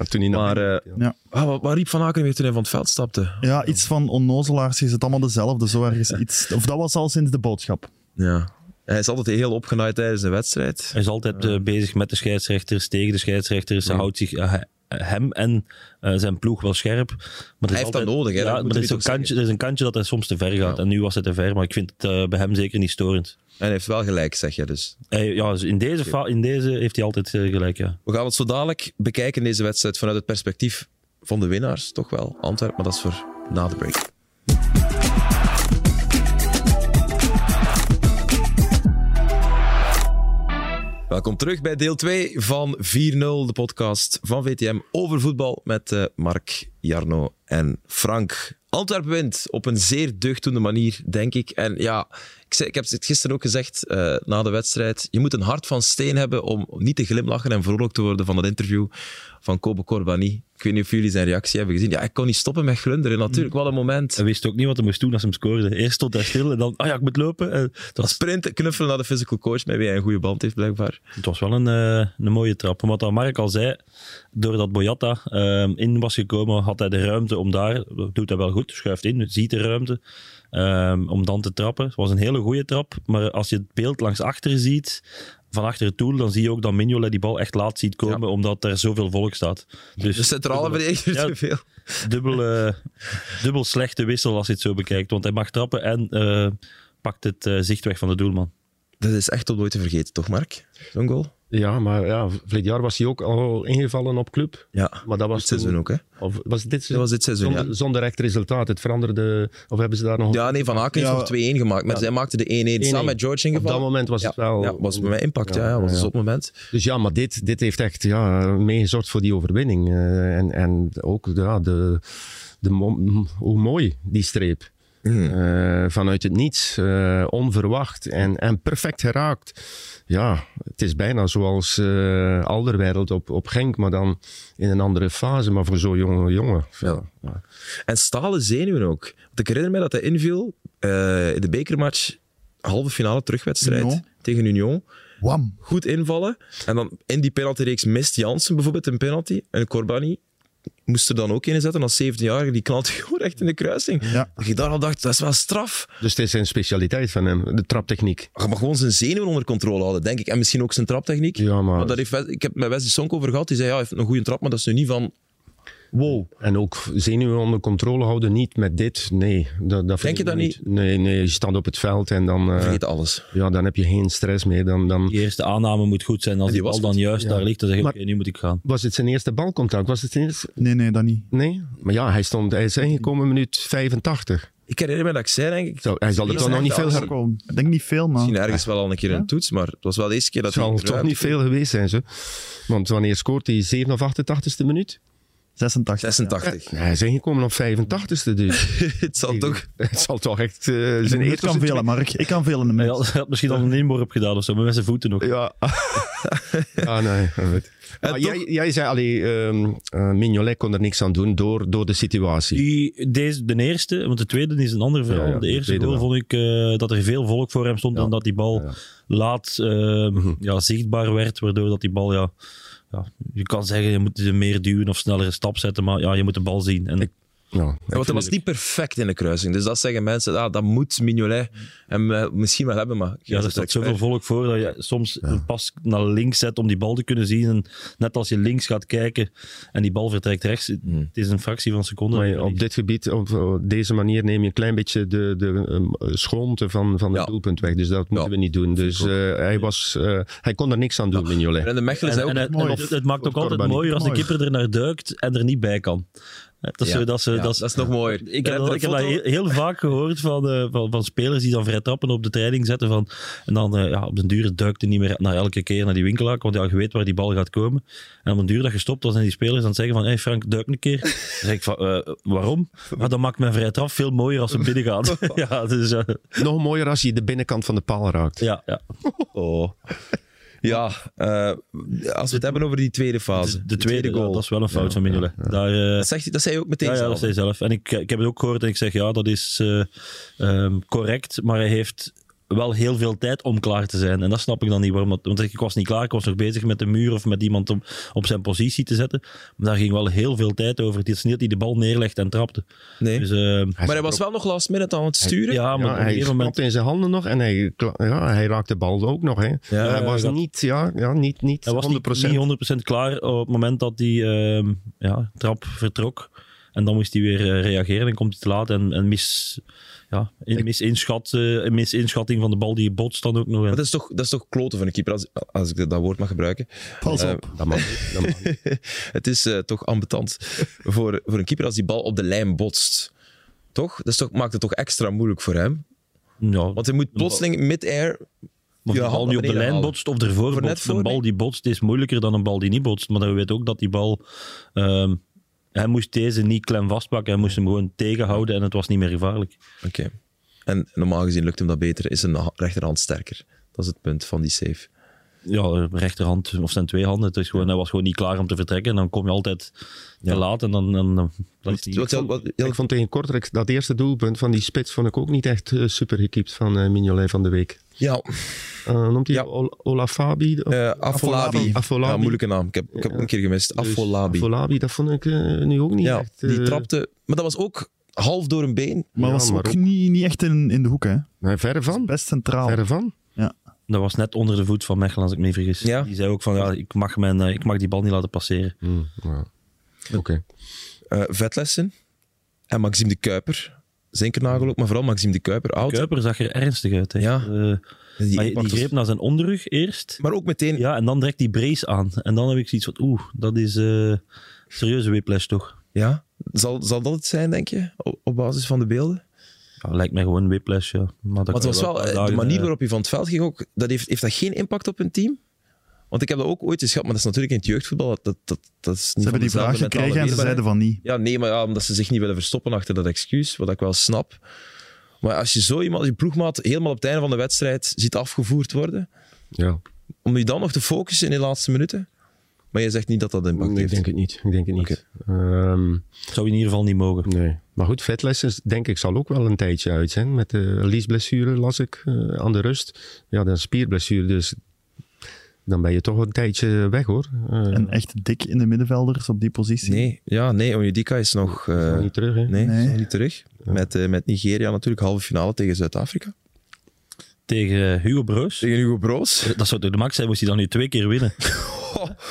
Speaker 3: toen hij naar
Speaker 1: Maar eh,
Speaker 2: Ja.
Speaker 1: ah, wat, wat riep Van Aken weer toen hij van het veld stapte?
Speaker 2: Ja, iets van onnozelaars is het allemaal dezelfde. Zo ergens iets. Of dat was al sinds de boodschap.
Speaker 1: Ja. Hij is altijd heel opgenaaid tijdens een wedstrijd.
Speaker 4: Hij is altijd eh, bezig met de scheidsrechters, tegen de scheidsrechters. Hij houdt zich, eh, he- hem en eh, zijn ploeg wel scherp. Maar er is
Speaker 1: heeft dat
Speaker 4: altijd-
Speaker 1: nodig, hè,
Speaker 4: Ja,
Speaker 1: dat
Speaker 4: maar
Speaker 1: moeten
Speaker 4: er
Speaker 1: we
Speaker 4: is, een
Speaker 1: toch
Speaker 4: kantje, er is een kantje dat hij soms te ver gaat. En nu was het te ver, maar ik vind het eh, bij hem zeker niet storend.
Speaker 1: En hij heeft wel gelijk, zeg je dus.
Speaker 4: Hij- ja, dus in, deze fa- in deze heeft hij altijd eh, gelijk, ja.
Speaker 1: We gaan het zo dadelijk bekijken, deze wedstrijd, vanuit het perspectief van de winnaars. Toch wel, Antwerpen, maar dat is voor na de break. Welkom terug bij deel 2 van 4-0, de podcast van VTM over voetbal met eh, Mark, Jarno en Frank. Antwerpen wint op een zeer deugdoende manier, denk ik. En ja, ik, zei- ik heb het gisteren ook gezegd eh, na de wedstrijd. Je moet een hart van steen hebben om niet te glimlachen en vrolijk te worden van dat interview van Kobe Corbani. Ik weet niet of jullie zijn reactie hebben gezien. Ja, ik kon niet stoppen met glunderen. Natuurlijk, wat een moment.
Speaker 4: Hij wist ook niet wat hij moest doen als hij hem scoorde. Eerst stond hij stil en dan, ah ja, ik moet lopen. En het, was,
Speaker 1: Sprinten, knuffelen naar de physical coach, met wie hij een goede band heeft, blijkbaar.
Speaker 4: het was wel een, eh, een mooie trap. Maar wat Mark al zei, doordat Boyata eh, in was gekomen, had hij de ruimte om daar, dat doet hij wel goed, schuift in, ziet de ruimte, ehm, om dan te trappen. Het was een hele goede trap, maar als je het beeld langs achter ziet, van achter het doel, dan zie je ook dat Mignolet die bal echt laat ziet komen, omdat er zoveel volk staat. Dus
Speaker 1: De centrale verdediger
Speaker 4: Ja,
Speaker 1: te veel.
Speaker 4: dubbel, eh, dubbel slechte wissel als je het zo bekijkt. Want hij mag trappen en eh, pakt het eh, zicht weg van de doelman.
Speaker 1: Dat is echt tot nooit te vergeten, toch, Mark? Zo'n goal?
Speaker 3: Ja, maar ja, vorig jaar was hij ook al ingevallen op club.
Speaker 1: Ja.
Speaker 3: Maar dat was
Speaker 1: Dit seizoen
Speaker 3: toen-
Speaker 1: ook, hè?
Speaker 3: Of was
Speaker 1: Dat
Speaker 3: het dit seizoen?
Speaker 1: was dit seizoen,
Speaker 3: Zonder,
Speaker 1: ja.
Speaker 3: zonder echt resultaat. Het veranderde. Of hebben ze daar nog.
Speaker 1: Ja, nee, Van Aken
Speaker 2: Ja.
Speaker 1: heeft nog 2-1 gemaakt, maar zij maakte de 1-1 samen met George
Speaker 3: Op dat
Speaker 1: ingevallen.
Speaker 3: moment was
Speaker 1: Ja,
Speaker 3: het wel.
Speaker 1: ja, was bij mij impact, ja. ja,
Speaker 3: Ja,
Speaker 1: was
Speaker 3: ja.
Speaker 1: een zot moment.
Speaker 3: Dus ja, maar dit, dit heeft echt ja, meegezorgd voor die overwinning. Eh, en, en ook ja, de, de mo- hoe mooi die streep.
Speaker 1: Hmm.
Speaker 3: Eh, vanuit het niets, eh, onverwacht en, en perfect geraakt. Ja, het is bijna zoals eh Alderwereld op, op Genk, maar dan in een andere fase, maar voor zo'n jonge jongen. Ja. Ja.
Speaker 1: En stalen zenuwen ook. Want ik herinner me dat hij inviel eh, in de bekermatch, halve finale terugwedstrijd
Speaker 2: Union.
Speaker 1: tegen Union.
Speaker 2: Wam.
Speaker 1: Goed invallen. En dan in die penaltyreeks mist Jansen bijvoorbeeld een penalty. En Corbani moest er dan ook in zetten als 17-jarige. Die knalt gewoon echt in de kruising.
Speaker 2: Ja.
Speaker 1: Dat je daar al dacht, dat is wel straf.
Speaker 3: Dus het is zijn specialiteit van hem, de traptechniek.
Speaker 1: Je mag gewoon zijn zenuwen onder controle houden, denk ik. En misschien ook zijn traptechniek.
Speaker 3: Ja, maar...
Speaker 1: Maar dat heeft, Wes- ik heb het met Wesley Sonk over gehad. Die zei, ja, hij heeft een goede trap, maar dat is nu niet van... Wow.
Speaker 3: En ook zenuwen onder controle houden, niet met dit. Nee, dat, dat vind
Speaker 1: je
Speaker 3: ik
Speaker 1: dat niet?
Speaker 3: Nee, nee, je staat op het veld en dan, eh,
Speaker 1: Vergeet alles.
Speaker 3: ja, dan heb je geen stress meer. Dan, dan...
Speaker 4: Die eerste aanname moet goed zijn. Als
Speaker 1: die
Speaker 4: die bal
Speaker 1: was
Speaker 4: dan
Speaker 1: goed.
Speaker 4: juist daar ligt, dan zeg je,
Speaker 3: Maar-
Speaker 4: oké, nu moet ik gaan.
Speaker 3: Was het zijn eerste balcontact? Was het zijn eerste...
Speaker 2: Nee, nee, dat niet.
Speaker 3: Nee? Maar ja, hij, stond, hij is ingekomen minuut 85.
Speaker 1: Ik herinner me dat ik zei, denk ik...
Speaker 3: Zo, hij zal er
Speaker 1: Ja,
Speaker 3: toch nog niet
Speaker 1: dat
Speaker 3: veel...
Speaker 1: is
Speaker 3: ge-
Speaker 1: ook
Speaker 2: Ook al- Ik denk niet veel, maar...
Speaker 4: Ah.
Speaker 1: Misschien ergens wel al een keer een toets, maar het was wel de eerste keer
Speaker 3: Het
Speaker 1: dat hij...
Speaker 3: zal toch
Speaker 1: eruit-
Speaker 3: niet veel geweest zijn, ze. Want wanneer scoort hij? 7 of 88ste minuut?
Speaker 2: 86.
Speaker 1: 86.
Speaker 3: Nee, hij is ingekomen op 85ste dus.
Speaker 1: het zal toch...
Speaker 3: Het zal toch echt eh,
Speaker 2: Ja.
Speaker 3: zijn
Speaker 2: Ik
Speaker 3: eerste...
Speaker 2: kan veel, Mark. Ik kan veel in de
Speaker 4: Hij
Speaker 2: minuut.
Speaker 4: had, hij had misschien al een inworp gedaan of zo, maar met zijn voeten nog.
Speaker 3: Ja. ah, nee. dat weet ik.
Speaker 1: En
Speaker 3: Maar
Speaker 1: toch-
Speaker 3: jij, jij zei, allee, ehm, eh, Mignolet kon er niks aan doen door, door de situatie.
Speaker 4: Die, deze, de eerste, want de tweede is een ander verhaal.
Speaker 3: Ja, ja,
Speaker 4: de
Speaker 3: de
Speaker 4: eerste
Speaker 3: tweede
Speaker 4: goal
Speaker 3: wel.
Speaker 4: vond ik eh, dat er veel volk voor hem stond
Speaker 3: Ja.
Speaker 4: en dat die bal
Speaker 3: Ja, Mhm. ja.
Speaker 4: laat eh, ja, zichtbaar werd, waardoor dat die bal, ja, ja, je kan zeggen, je moet er meer duwen of sneller een stap zetten, maar ja, je moet de bal zien. En,
Speaker 3: Ja,
Speaker 1: Ja, want dat was niet perfect in de kruising. Dus dat zeggen mensen, ah, dat moet Mignolet hem eh, misschien wel hebben, maar...
Speaker 4: ja, er staat zoveel
Speaker 1: Expert.
Speaker 4: volk voor dat je soms een pas naar links zet om die bal te kunnen zien. En net als je links gaat kijken en die bal vertrekt rechts, het is een fractie van een seconde.
Speaker 3: Maar op dit gebied, op eh, deze manier, neem je een klein beetje de, de ehm, schoonte van, van het
Speaker 1: Ja.
Speaker 3: doelpunt weg. Dus dat moeten
Speaker 1: Ja.
Speaker 3: we niet doen. Dus eh, hij, was, eh, hij kon er niks aan doen, Mignolet.
Speaker 1: En de Mechelen
Speaker 4: En,
Speaker 1: zei
Speaker 4: en, eh,
Speaker 1: ook...
Speaker 4: het,
Speaker 2: mooi.
Speaker 4: en het, het maakt ook
Speaker 3: Voor
Speaker 4: altijd
Speaker 3: Corbani.
Speaker 4: mooier als de
Speaker 2: Mooi.
Speaker 4: kipper er naar duikt en er niet bij kan. Eh, Dat is,
Speaker 1: Ja.
Speaker 4: zo- dat is,
Speaker 1: Ja,
Speaker 4: dat is-
Speaker 1: dat is nog mooier.
Speaker 4: ik
Speaker 1: Er
Speaker 4: heb,
Speaker 1: hebt
Speaker 4: dat,
Speaker 1: een
Speaker 4: ik heb dat
Speaker 1: foto-
Speaker 4: heel, heel vaak gehoord van, eh, van, van spelers die dan vrij trappen op de training zetten. Van, en dan eh, ja, op den duur duikt hij niet meer naar elke keer naar die winkelaar. Want ja, je weet waar die bal gaat komen. En op den duur dat je stopt, dan zijn die spelers aan het zeggen van hey Frank, duik een keer. Dan zeg ik van, eh, waarom? Maar dan maakt mijn vrij trap veel mooier als ze binnen gaan. ja, dus, eh,
Speaker 3: Nog mooier als je de binnenkant van de paal raakt.
Speaker 4: ja, ja.
Speaker 1: Oh. Ja, eh, als we het hebben over die tweede fase.
Speaker 4: Dus De, de tweede goal, dat is wel een fout van Mignolet. Daar, eh,
Speaker 1: Dat, zegt, dat zei je ook meteen
Speaker 4: ja, ja,
Speaker 1: zelf.
Speaker 4: dat zei hij zelf. En ik, ik heb het ook gehoord en ik zeg, ja, dat is eh, ehm, correct, maar hij heeft wel heel veel tijd om klaar te zijn. En dat snap ik dan niet. Waarom dat, want ik was niet klaar, ik was nog bezig met de muur of met iemand om op zijn positie te zetten. Maar daar ging wel heel veel tijd over. Het is niet dat hij de bal neerlegt en trapte.
Speaker 1: Nee.
Speaker 4: Dus, ehm,
Speaker 1: maar hij was wel nog last minute aan het sturen.
Speaker 4: ja, maar
Speaker 3: Ja,
Speaker 4: op een
Speaker 3: hij
Speaker 4: gegeven moment...
Speaker 3: klapte in zijn handen nog en hij, kla- ja, hij raakte de bal ook nog. Hè. hij was
Speaker 4: dat-
Speaker 3: niet, ja, ja, niet, niet
Speaker 4: Hij was
Speaker 3: 100%.
Speaker 4: niet, niet 100% klaar op het moment dat die ehm, ja, trap vertrok. En dan moest hij weer eh, reageren en komt hij te laat en, en mis, ja, in, misinschat, eh, misinschatting van de bal die botst dan ook nog. En-
Speaker 1: Maar dat is, toch, dat is toch kloten van een keeper, als, als ik dat woord mag gebruiken.
Speaker 2: Pas
Speaker 1: Eh,
Speaker 2: op.
Speaker 3: Dat mag niet, dat mag niet.
Speaker 1: het is eh, toch ambetant voor, voor een keeper als die bal op de lijn botst. Toch? Dat is toch, maakt het toch extra moeilijk voor hem?
Speaker 4: ja,
Speaker 1: Want hij moet plotseling mid-air...
Speaker 4: of
Speaker 1: je
Speaker 4: de bal
Speaker 1: hand naar
Speaker 4: die op de
Speaker 1: beneden
Speaker 4: lijn
Speaker 1: halen.
Speaker 4: botst of ervoor
Speaker 1: Voor net
Speaker 4: botst.
Speaker 1: voor,
Speaker 4: Een bal
Speaker 1: nee.
Speaker 4: die botst is moeilijker dan een bal die niet botst. Maar dan weet ook dat die bal... ehm, hij moest deze niet klem vastpakken. Hij moest hem gewoon tegenhouden en het was niet meer gevaarlijk.
Speaker 1: Oké. En normaal gezien lukt hem dat beter, is zijn ha- rechterhand sterker. Dat is het punt van die save.
Speaker 4: ja, rechterhand of zijn twee handen. Het is gewoon, hij was gewoon niet klaar om te vertrekken. En dan kom je altijd te laat en dan... dan, dan- dat is niet-
Speaker 1: Wat- wat- wat-
Speaker 3: Ik vond tegen Kortrijk dat eerste doelpunt van die spits vond ik ook niet echt eh, super gekiept van eh, Mignolet van de week.
Speaker 1: ja,
Speaker 3: Eh, noemt hij
Speaker 1: Ja.
Speaker 3: Ol- Olafabi? Of-
Speaker 1: eh, Afolabi.
Speaker 3: Afolabi.
Speaker 1: Ja, moeilijke naam. Ik heb, ik heb hem een keer gemist.
Speaker 3: Dus
Speaker 1: Afolabi.
Speaker 3: Afolabi, dat vond ik eh, nu ook niet
Speaker 1: Ja,
Speaker 3: echt...
Speaker 1: die
Speaker 3: eh,
Speaker 1: trapte... Maar dat was ook half door een been.
Speaker 2: Maar
Speaker 3: Ja,
Speaker 2: was
Speaker 3: maar
Speaker 2: ook
Speaker 3: ook-
Speaker 2: niet, niet echt in, in de hoek, hè.
Speaker 3: nee, verre van.
Speaker 2: Best centraal.
Speaker 3: Verre van.
Speaker 4: dat was net onder de voet van Mechelen, als ik me niet vergis.
Speaker 1: Ja.
Speaker 4: Die zei ook van, ja, ik, mag mijn, eh, ik mag die bal niet laten passeren.
Speaker 3: Hmm, ja. Oké.
Speaker 1: eh Vetlessen en Maxime de Kuiper. Zinkernagel ook, maar vooral Maxime de Kuiper, oud.
Speaker 4: Kuiper zag er ernstig uit. Hè.
Speaker 1: Ja.
Speaker 4: Eh,
Speaker 1: Die,
Speaker 4: maar die,
Speaker 1: maar,
Speaker 4: greep naar zijn onderrug eerst.
Speaker 1: ook meteen... Ja.
Speaker 4: Ja, en dan direct die brace aan. En dan heb ik zoiets van, oeh, dat is eh serieuze whiplash toch?
Speaker 1: Zal, zal dat het zijn, denk je? Op, op basis van de beelden?
Speaker 4: Ja, lijkt mij gewoon een whiplash, ja. Maar dat
Speaker 1: Want
Speaker 4: kan
Speaker 1: het was
Speaker 4: een
Speaker 1: wel...
Speaker 4: paar
Speaker 1: eh, De
Speaker 4: dagen,
Speaker 1: manier
Speaker 4: eh,
Speaker 1: waarop hij van het veld ging ook, dat heeft, heeft dat geen impact op hun team? Want ik heb dat ook ooit eens gehad, maar dat is natuurlijk in het jeugdvoetbal. Dat, dat, dat, dat is
Speaker 2: Ze
Speaker 1: niet
Speaker 2: hebben die
Speaker 1: van
Speaker 2: vraag
Speaker 1: dezelfde mentale
Speaker 2: gekregen en ze
Speaker 1: weerbaarheid.
Speaker 2: zeiden van niet.
Speaker 1: Ja, nee, maar ja, omdat ze zich niet willen verstoppen achter dat excuus, wat ik wel snap. Maar als je zo iemand, je ploegmaat, helemaal op het einde van de wedstrijd ziet afgevoerd worden,
Speaker 3: Ja.
Speaker 1: om je dan nog te focussen in de laatste minuten. Maar je zegt niet dat dat impact
Speaker 3: Ik
Speaker 1: heeft.
Speaker 3: denk het niet. Ik denk het niet. Ehm,
Speaker 4: Zou in ieder geval niet mogen.
Speaker 3: nee. Maar goed, vetlessens denk ik zal ook wel een tijdje uit zijn. Met de liesblessure las ik eh, aan de rust. Ja, dat is een spierblessure, dus dan ben je toch een tijdje weg hoor. Eh,
Speaker 2: En echt dik in de middenvelders op die positie.
Speaker 1: Nee, ja, nee, Onyedika is nog... eh,
Speaker 3: is nog niet terug, hè?
Speaker 1: nee, is
Speaker 2: Nee.
Speaker 1: nog niet terug. Met, eh, met Nigeria natuurlijk, halve finale tegen Zuid-Afrika.
Speaker 4: Tegen eh, Hugo Breus.
Speaker 1: Tegen Hugo Broos.
Speaker 4: Eh, Dat zou toch de max zijn, moest hij dan nu twee keer winnen.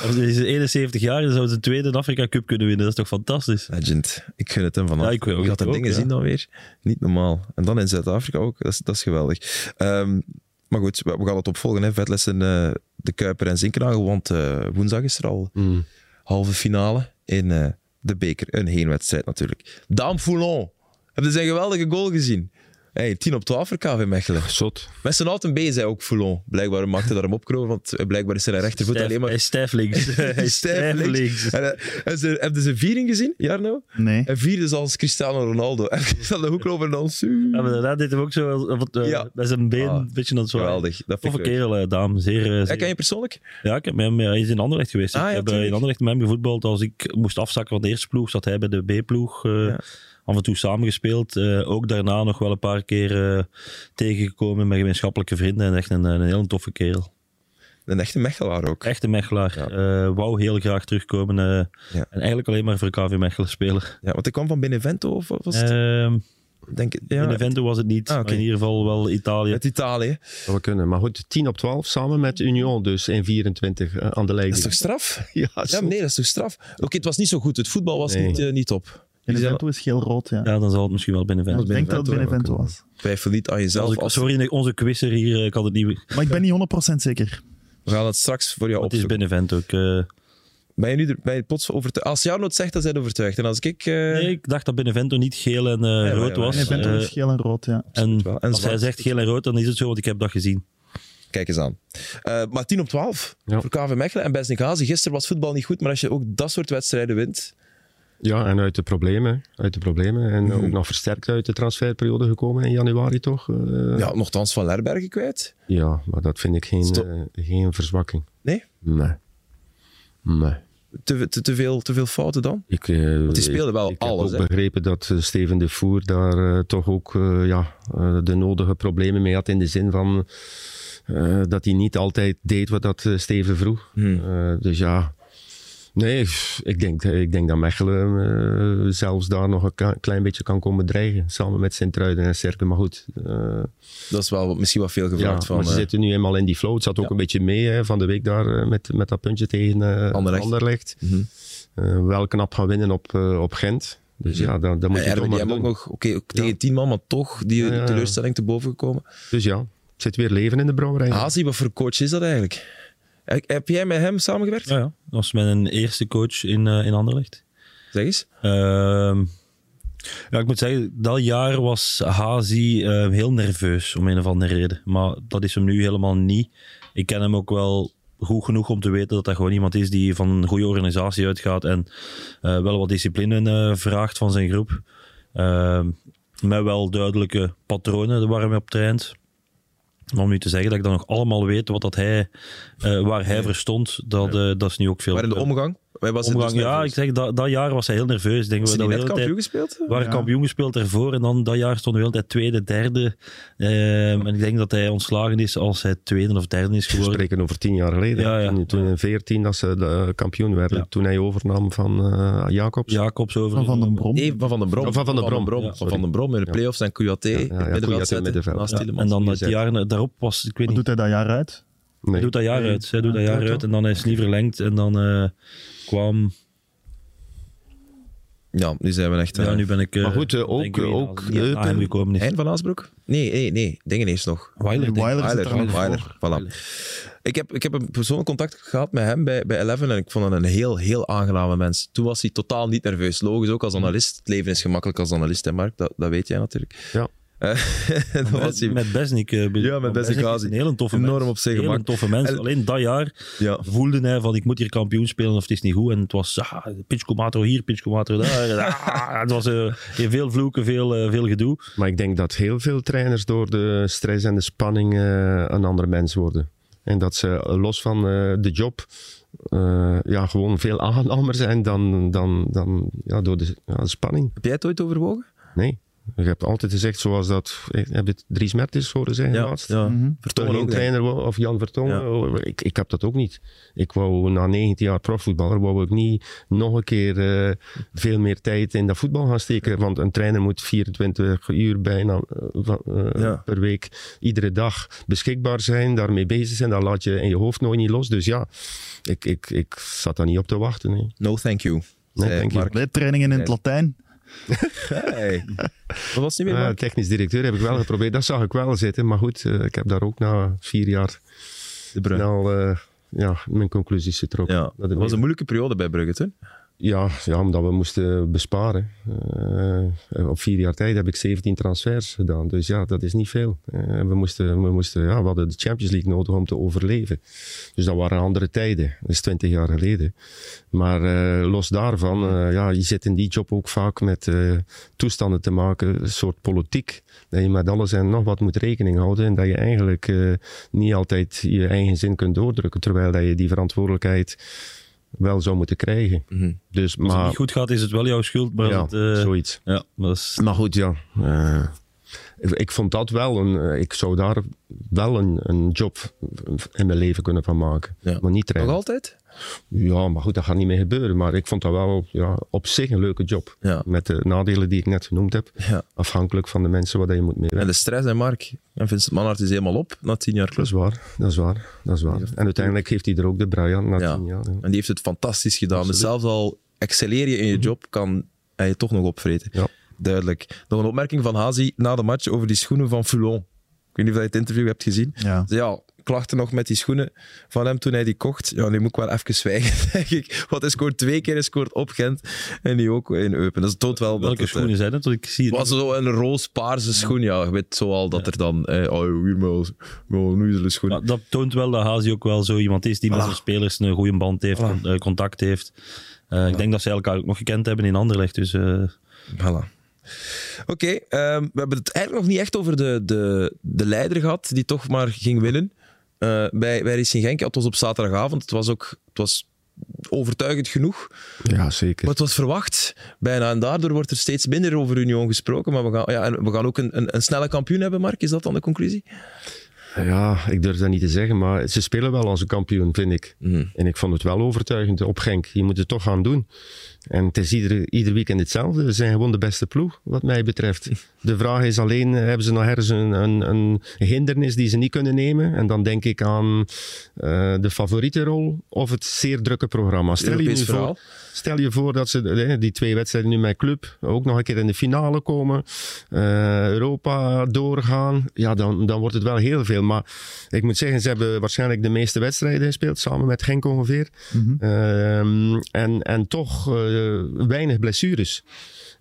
Speaker 4: Als hij is 71 jaar dan zou hij zijn tweede Afrika Cup kunnen winnen. Dat is toch fantastisch?
Speaker 1: Legend. Ik gun het hem vanaf.
Speaker 4: Ja, ik wil- ik
Speaker 1: had de
Speaker 4: ook,
Speaker 1: dingen
Speaker 4: ja.
Speaker 1: zien dan weer. Niet normaal. En dan in Zuid-Afrika ook. Dat is, dat is geweldig. Ehm, maar goed, we, we gaan het opvolgen. hè. Vetles en eh, de Kuiper en Zinkenagel. Want eh, woensdag is er al
Speaker 3: Mm.
Speaker 1: halve finale in eh, de beker. Een heenwedstrijd natuurlijk. Dame Foulon. Heb je zijn geweldige goal gezien? Hey, 10 op 12 voor KV Mechelen.
Speaker 3: Zot.
Speaker 1: Met zijn houten B zei ook Foulon. Blijkbaar maakte daar hem opkropen, want eh, blijkbaar is zijn rechtervoet
Speaker 4: Stijf-
Speaker 1: alleen maar...
Speaker 4: Hij is stijf links. Hij is stijf links.
Speaker 1: En, eh, en ze, heb je zijn viering gezien, Jarno?
Speaker 2: Nee.
Speaker 1: En vierde is als Cristiano Ronaldo. En aan de hoek over en dan... "Suu."
Speaker 4: Ja, maar daarna deed hij ook zo wel- wat, eh,
Speaker 1: Ja.
Speaker 4: met zijn been
Speaker 1: Ah,
Speaker 4: een beetje aan het zwaaien.
Speaker 1: Geweldig. Dat vind
Speaker 4: Toffe
Speaker 1: ik leuk.
Speaker 4: kerel, eh, dame. Zeer, eh,
Speaker 1: Ja,
Speaker 4: zeer-
Speaker 1: ken je persoonlijk?
Speaker 4: Ja, ik heb met hem, eh, hij is in Anderlecht geweest.
Speaker 1: Ah, ja,
Speaker 4: ik heb eh, in
Speaker 1: tuurlijk.
Speaker 4: Anderlecht met hem gevoetbald. Als ik moest afzakken van de eerste ploeg, zat hij bij de B-ploeg. eh,
Speaker 1: Ja.
Speaker 4: Af en toe samengespeeld. Eh, ook daarna nog wel een paar keer eh, tegengekomen met gemeenschappelijke vrienden. En echt een, een heel toffe kerel.
Speaker 1: Een echte Mechelaar ook.
Speaker 4: Echt een Mechelaar. Eh, wou heel graag terugkomen. eh,
Speaker 1: Ja.
Speaker 4: En eigenlijk alleen maar voor KV Mechelen spelen.
Speaker 1: Ja, want hij kwam van Benevento, of wat was het?
Speaker 4: Ehm,
Speaker 1: Denk, ik-
Speaker 4: in
Speaker 1: ja,
Speaker 4: Evento was het niet.
Speaker 1: Ah, oké.
Speaker 4: maar in ieder geval wel Italië.
Speaker 1: uit Italië.
Speaker 3: Dat we kunnen. Maar goed, 10 op 12 samen met Union dus in 24 eh, aan de
Speaker 1: Dat is
Speaker 3: leiding.
Speaker 1: toch straf?
Speaker 3: Ja,
Speaker 1: Ja,
Speaker 3: zot.
Speaker 1: maar nee, dat is toch straf? Oké, het was niet zo goed. Het voetbal was
Speaker 3: Nee.
Speaker 1: niet, eh, niet op.
Speaker 2: In de
Speaker 1: Jullie
Speaker 2: Vento is geel-rood, ja.
Speaker 4: Ja, dan zal het misschien wel binnen
Speaker 2: Ik denk dat het
Speaker 3: Benevento,
Speaker 2: Benevento
Speaker 3: ja, ook.
Speaker 2: was.
Speaker 1: Twijfel niet aan jezelf.
Speaker 4: Onze,
Speaker 1: Als...
Speaker 4: sorry, onze quizzer hier eh, ik had het niet.
Speaker 2: Maar ik ben niet 100% zeker.
Speaker 1: We gaan het straks voor jou
Speaker 4: Het is
Speaker 1: opzoeken.
Speaker 4: Benevento. Ik, eh,
Speaker 1: Ben je nu er, ben je plots overtuigd? Als Jarno het zegt, dan zijn we overtuigd. En als ik... eh,
Speaker 4: nee, ik dacht dat Benevento niet geel en eh, rood
Speaker 1: ja,
Speaker 4: was.
Speaker 2: Benevento
Speaker 4: Eh,
Speaker 2: is geel en rood, ja.
Speaker 4: en
Speaker 1: wel. En
Speaker 4: als hij
Speaker 1: zwart.
Speaker 4: zegt geel en rood, dan is het zo, want ik heb dat gezien.
Speaker 1: Kijk eens aan. Eh, maar 10 op 12
Speaker 3: Ja.
Speaker 1: voor KV Mechelen en Besnikhazi. Gisteren was voetbal niet goed, maar als je ook dat soort wedstrijden wint...
Speaker 3: Ja, en uit de problemen. Uit de problemen. En
Speaker 1: Mhm.
Speaker 3: ook nog versterkt uit de transferperiode gekomen in januari, toch? Eh,
Speaker 1: Ja, nogthans Van Lerbergen kwijt.
Speaker 3: ja, maar dat vind ik geen,
Speaker 1: Sto-
Speaker 3: eh, geen verzwakking.
Speaker 1: Nee?
Speaker 3: Nee. Nee.
Speaker 1: Te, te, te, veel, te veel fouten dan?
Speaker 3: Ik, eh,
Speaker 1: Want die speelde wel
Speaker 3: ik, ik
Speaker 1: alles,
Speaker 3: heb
Speaker 1: hè?
Speaker 3: ook begrepen dat eh, Steven de Voer daar eh, toch ook eh, ja, eh, de nodige problemen mee had. In de zin van eh, dat hij niet altijd deed wat dat eh, Steven vroeg.
Speaker 1: Hmm.
Speaker 3: Eh, dus ja, nee, pff, ik denk, ik denk dat Mechelen eh, zelfs daar nog een ka- klein beetje kan komen dreigen. Samen met Sint-Truiden en Cerken. Maar goed, eh,
Speaker 1: Dat is wel, misschien wat veel
Speaker 3: ja,
Speaker 1: gevraagd van...
Speaker 3: maar ze
Speaker 1: eh,
Speaker 3: zitten nu eenmaal in die flow. Het zat ook
Speaker 1: Ja.
Speaker 3: een beetje mee hè, van de week daar eh, met, met dat puntje tegen eh
Speaker 1: Anderlecht.
Speaker 3: Anderlecht.
Speaker 1: mhm.
Speaker 3: Eh, wel knap gaan winnen op, eh, op Gent. Dus ja, dan, dan moet
Speaker 1: En
Speaker 3: je toch
Speaker 1: Eh, Erwin, die
Speaker 3: maar
Speaker 1: hebben ook
Speaker 3: doen.
Speaker 1: nog... Oké, ook tegen 10 man, maar toch die
Speaker 3: Ja, ja, ja.
Speaker 1: teleurstelling te boven gekomen.
Speaker 3: Dus ja, het zit weer leven in de brouwerij.
Speaker 1: Hazi, wat voor coach is dat eigenlijk? Heb- Heb jij met hem samengewerkt?
Speaker 4: Ja, ja. Dat was mijn eerste coach in, eh, in Anderlecht.
Speaker 1: Zeg eens.
Speaker 4: Ehm, ja, ik moet zeggen, dat jaar was Hazi eh, heel nerveus om een of andere reden. Maar dat is hem nu helemaal niet. Ik ken hem ook wel goed genoeg om te weten dat dat gewoon iemand is die van een goede organisatie uitgaat en eh, wel wat discipline eh, vraagt van zijn groep. Ehm, met wel duidelijke patronen waar hij mee op traint. Maar om nu te zeggen dat ik dan nog allemaal weet wat dat hij, eh, waar hij verstond, dat, eh, dat is nu ook veel.
Speaker 1: Maar in de omgang? Wij was het
Speaker 4: Omgang,
Speaker 1: dus
Speaker 4: ja,
Speaker 1: nerveus.
Speaker 4: ik zeg, dat, dat jaar was hij heel nerveus. Denk
Speaker 1: Is hij
Speaker 4: we dat we
Speaker 1: net
Speaker 4: heel de
Speaker 1: kampioen
Speaker 4: tijd,
Speaker 1: gespeeld?
Speaker 4: we waren
Speaker 2: Ja.
Speaker 4: kampioen gespeeld ervoor en dan dat jaar stonden we altijd tweede, derde. Ehm, en ik denk dat hij ontslagen is als hij tweede of derde is
Speaker 3: We
Speaker 4: geworden.
Speaker 3: spreken over tien jaar geleden.
Speaker 4: Ja, ja.
Speaker 3: Toen, toen in 14 dat ze de kampioen werden.
Speaker 4: Ja.
Speaker 3: Toen hij overnam van eh Jacobs.
Speaker 4: Jacobs over.
Speaker 2: Van Van den Brom.
Speaker 1: Nee, van Van den Brom.
Speaker 3: Van Van den Brom,
Speaker 1: Van,
Speaker 3: ja, sorry.
Speaker 1: Van den Brom in de play-offs en Kouyaté
Speaker 3: ja,
Speaker 1: in
Speaker 3: ja,
Speaker 1: het middenveld
Speaker 3: Kouyaté
Speaker 1: zetten
Speaker 3: middenveld,
Speaker 1: naast
Speaker 4: Ja,
Speaker 1: Tielemans.
Speaker 4: en dan
Speaker 3: die
Speaker 4: het
Speaker 3: zet.
Speaker 4: jaar daarop was, ik weet
Speaker 2: Wat
Speaker 4: niet,
Speaker 2: doet hij dat jaar uit?
Speaker 3: Nee.
Speaker 4: hij doet dat jaar
Speaker 2: Nee.
Speaker 4: uit. Hij doet dat
Speaker 2: Ja,
Speaker 4: jaar
Speaker 3: toch?
Speaker 4: uit en dan is het niet verlengd. En dan eh, kwam,
Speaker 1: Ja, nu zijn we echt...
Speaker 4: ja,
Speaker 1: eh,
Speaker 4: nu ben ik... eh,
Speaker 3: Maar goed, eh, ook-
Speaker 4: denk ik,
Speaker 3: ook
Speaker 4: die na
Speaker 3: Eupen.
Speaker 4: hem gekomen is.
Speaker 1: Hein van Aasbroek? Nee, nee, nee. Dingen eerst nog.
Speaker 4: Weiler, denk ik.
Speaker 2: Weiler zit
Speaker 1: Weiler,
Speaker 2: er al
Speaker 1: Weiler,
Speaker 2: voor.
Speaker 1: voilà. Ik heb, ik heb een persoonlijk contact gehad met hem bij, bij Eleven en ik vond hem een heel, heel aangename mens. Toen was hij totaal niet nerveus. Logisch, ook als analist. Het leven is gemakkelijk als analist, hè Mark? Dat, dat weet jij natuurlijk.
Speaker 3: Ja.
Speaker 1: Eh, dat was hij.
Speaker 4: Met, met Besnik. eh, bedoel-
Speaker 1: Ja, met
Speaker 4: want
Speaker 1: Besnik
Speaker 4: is
Speaker 1: Hazi.
Speaker 4: Een hele toffe
Speaker 1: Enorm
Speaker 4: mens.
Speaker 1: op zijn
Speaker 4: Heel
Speaker 1: gemak.
Speaker 4: een toffe mens.
Speaker 1: En-
Speaker 4: Alleen dat jaar
Speaker 1: Ja.
Speaker 4: voelde hij van ik moet hier kampioen spelen of het is niet goed. En het was ah, pitchcomato hier, pitchcomato daar. En, ah, het was eh, veel vloeken, veel, eh, veel gedoe.
Speaker 3: Maar ik denk dat heel veel trainers door de stress en de spanning eh, een ander mens worden. En dat ze eh, los van eh, de job eh, ja, gewoon veel aangenamer zijn dan, dan, dan ja, door de ja, de spanning.
Speaker 1: Heb jij het ooit overwogen?
Speaker 3: Nee. Je hebt altijd gezegd, zoals dat... eh, Heb je Dries Mertens horen zijn
Speaker 1: Ja,
Speaker 3: laatst?
Speaker 1: ja.
Speaker 2: Mhm.
Speaker 3: Toen
Speaker 1: Vertongen
Speaker 3: geen
Speaker 1: ook. denk ik.
Speaker 3: trainer wou- of Jan Vertongen.
Speaker 1: Ja.
Speaker 3: oh, Ik, ik heb dat ook niet. Ik wou na 19 jaar profvoetballer wou ik niet nog een keer eh, veel meer tijd in dat voetbal gaan steken. Want een trainer moet 24 uur bijna eh, van- eh,
Speaker 1: Ja.
Speaker 3: per week, iedere dag beschikbaar zijn, daarmee bezig zijn. Dat laat je in je hoofd nooit niet los. Dus ja, ik, ik, ik zat daar niet op te wachten. nee.
Speaker 1: No thank you.
Speaker 3: Nee,
Speaker 1: zei
Speaker 3: thank you.
Speaker 1: Mark.
Speaker 2: Leidtrainingen in het
Speaker 1: Ja.
Speaker 2: Latijn.
Speaker 1: Hey. Wat was het niet meer,
Speaker 3: Ah,
Speaker 1: Mark?
Speaker 3: technisch directeur heb ik wel geprobeerd. Dat zag ik wel zitten. Maar goed, eh, ik heb daar ook na vier jaar
Speaker 1: De Bruyne.
Speaker 3: snel eh, ja, mijn conclusies getrokken.
Speaker 1: Ja,
Speaker 3: Dat
Speaker 1: dat was een moeilijke periode bij Brugge, toen.
Speaker 3: Ja, ja, omdat we moesten besparen. Eh, op vier jaar tijd heb ik 17 transfers gedaan. Dus ja, dat is niet veel. Eh, we, moesten, we, moesten, ja, we hadden de Champions League nodig om te overleven. Dus dat waren andere tijden. Dat is 20 jaar geleden. Maar eh, los daarvan, eh, ja, je zit in die job ook vaak met eh, toestanden te maken. Een soort politiek. Dat je met alles en nog wat moet rekening houden. En dat je eigenlijk eh, niet altijd je eigen zin kunt doordrukken. Terwijl dat je die verantwoordelijkheid wel zou moeten krijgen. Dus,
Speaker 4: Als
Speaker 1: Ah.
Speaker 4: het
Speaker 3: maar,
Speaker 4: niet goed gaat, is het wel jouw schuld. Maar
Speaker 3: ja,
Speaker 4: als het, eh,
Speaker 3: zoiets.
Speaker 4: ja, maar dat is
Speaker 3: Maar goed, ja. eh, ik, ik vond dat wel een. eh, ik zou daar wel een, een job in mijn leven kunnen van maken.
Speaker 1: Ja.
Speaker 3: Maar niet
Speaker 1: Nog
Speaker 3: trainen.
Speaker 1: altijd?
Speaker 3: Ja, maar goed, dat gaat niet meer gebeuren. Maar ik vond dat wel ja, op zich een leuke job.
Speaker 1: Ja.
Speaker 3: Met de nadelen die ik net genoemd heb.
Speaker 1: Ja.
Speaker 3: Afhankelijk van de mensen waar je moet mee
Speaker 1: En
Speaker 3: werken.
Speaker 1: de stress, en Mark? En Vincent Manhart is helemaal op na tien jaar
Speaker 3: Dat
Speaker 1: club.
Speaker 3: is waar, dat is waar, dat is waar. En uiteindelijk heeft hij er ook de Brian na
Speaker 1: Ja.
Speaker 3: tien jaar. ja.
Speaker 1: En die heeft het fantastisch gedaan. Dus zelfs al excelleer je in je job, kan hij je toch nog opvreten.
Speaker 3: Ja.
Speaker 1: Duidelijk. Nog een opmerking van Hazi na de match over die schoenen van Foulon. Ik weet niet of je het interview hebt gezien.
Speaker 2: Ja.
Speaker 1: Ze, ja, klachten nog met die schoenen van hem toen hij die kocht. Ja, nu moet ik wel even zwijgen, denk ik. Want hij scoort twee keer, hij scoort op Gent en nu ook in Eupen. Dat is dood wel. dat
Speaker 4: welke
Speaker 1: het, eh,
Speaker 4: schoenen zijn het? Want ik zie het
Speaker 1: Het was zo een roos-paarse schoen, ja. Je weet zoal dat er dan... Eh, oh, hier wel wel een oezele schoen.
Speaker 4: Maar dat toont wel dat Hazi ook wel zo iemand is die met zijn spelers een goede band heeft, con- eh, contact heeft. Eh, Ik denk dat ze elkaar ook nog gekend hebben in Anderlecht. Dus, eh,
Speaker 1: Voilà. Oké, ehm, we hebben het eigenlijk nog niet echt over de, de, de leider gehad die toch maar ging winnen eh, bij, bij Racing Genk. Het was op zaterdagavond, het was ook het was overtuigend genoeg,
Speaker 3: Ja, zeker.
Speaker 1: maar het was verwacht bijna. En daardoor wordt er steeds minder over Union gesproken, maar we gaan, ja, en we gaan ook een, een, een snelle kampioen hebben, Mark. Is dat dan de conclusie?
Speaker 3: Ja, ik durf dat niet te zeggen, maar ze spelen wel als een kampioen, vind ik.
Speaker 1: Mhm.
Speaker 3: En ik vond het wel overtuigend op Genk. Je moet het toch gaan doen. En het is iedere, ieder weekend hetzelfde. Ze zijn gewoon de beste ploeg, wat mij betreft. De vraag is alleen, eh, hebben ze nog ergens een, een, een hindernis die ze niet kunnen nemen? En dan denk ik aan eh, de favoriete rol of het zeer drukke programma. Stel je,
Speaker 1: Europees
Speaker 3: nu
Speaker 1: verhaal.
Speaker 3: voor, stel je voor dat ze eh, die twee wedstrijden nu met club ook nog een keer in de finale komen. eh, Europa doorgaan. Ja, dan, dan wordt het wel heel veel. Maar ik moet zeggen, ze hebben waarschijnlijk de meeste wedstrijden gespeeld. Samen met Genk ongeveer.
Speaker 2: Mhm.
Speaker 3: Ehm, en, en toch eh, weinig blessures.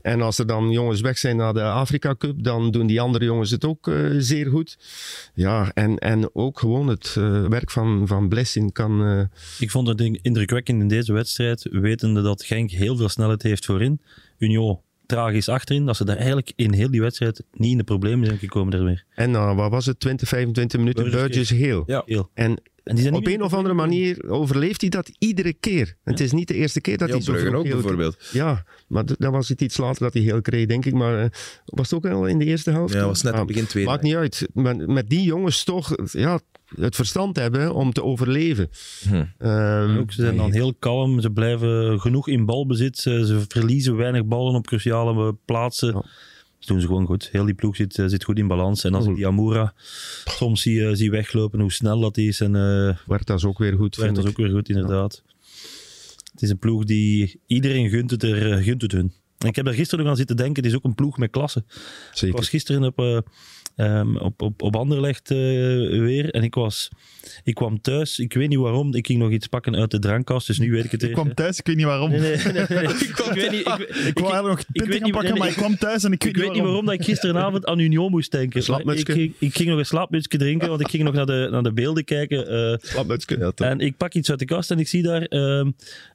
Speaker 3: En als er dan jongens weg zijn naar de Afrika Cup, dan doen die andere jongens het ook eh, zeer goed. Ja, en, en ook gewoon het eh, werk van, van Blessing kan. eh,
Speaker 4: ik vond het in- indrukwekkend in deze wedstrijd, wetende dat Genk heel veel snelheid heeft voorin. Union tragisch achterin, dat ze daar eigenlijk in heel die wedstrijd niet in de problemen zijn gekomen er weer.
Speaker 3: en na, wat was het, 20, 25 minuten
Speaker 4: Burgers
Speaker 3: Burgess heel.
Speaker 1: Ja.
Speaker 4: Heel.
Speaker 3: En
Speaker 4: En die zijn
Speaker 3: op
Speaker 4: niet
Speaker 3: een
Speaker 4: meer-
Speaker 3: of andere manier overleeft hij dat iedere keer. Het is niet de eerste keer dat
Speaker 1: Ja,
Speaker 3: hij zo
Speaker 1: Bruggen
Speaker 3: vroeg
Speaker 1: ook
Speaker 3: heel-
Speaker 1: bijvoorbeeld.
Speaker 3: Ja, maar d- dan was het iets later dat hij heel kreeg, denk ik. Maar eh, was het ook al in de eerste helft?
Speaker 1: Ja, dat was net
Speaker 3: Ah,
Speaker 1: het begin tweede.
Speaker 3: Maakt niet uit. Met, met die jongens toch ja, het verstand hebben om te overleven.
Speaker 1: Hm.
Speaker 3: Ehm,
Speaker 4: Ook, ze zijn dan heel kalm, ze blijven genoeg in balbezit, ze, ze verliezen weinig ballen op cruciale eh, plaatsen.
Speaker 3: Ja.
Speaker 4: Dat doen ze gewoon goed. Heel die ploeg zit, eh, zit goed in balans. En als ik die Amura soms zie, eh, zie weglopen, hoe snel dat is. En eh
Speaker 3: werd dat ook weer goed.
Speaker 4: werd
Speaker 3: vind
Speaker 4: dat
Speaker 3: ik.
Speaker 4: dus ook weer goed, inderdaad. Het is een ploeg die iedereen gunt het, er, eh, gunt het hun. En ik heb er gisteren nog aan zitten denken, het is ook een ploeg met klasse. Ik
Speaker 3: Zeker.
Speaker 4: was gisteren op, eh, ehm, op, op, op Anderlecht eh, weer en ik, was, ik kwam thuis. Ik weet niet waarom, ik ging nog iets pakken uit de drankkast, dus nu weet ik het
Speaker 2: Ik
Speaker 4: weer.
Speaker 2: kwam thuis, ik weet niet waarom.
Speaker 4: Nee, nee, nee, nee. Ik, weet niet, ik,
Speaker 2: Ik wou eigenlijk nog
Speaker 4: weet
Speaker 2: pinten gaan pakken,
Speaker 4: niet- nee,
Speaker 2: maar
Speaker 4: nee,
Speaker 2: ik kwam thuis en ik,
Speaker 4: ik weet niet waarom dat ik gisteravond aan Union moest denken. Maar Ik
Speaker 3: Slapmutsje.
Speaker 4: ging, ik ging nog een slaapmutsje drinken, want ik ging nog naar de, naar de beelden kijken. eh,
Speaker 1: Ja, toch.
Speaker 4: en ik pak iets uit de kast en ik zie daar ehm,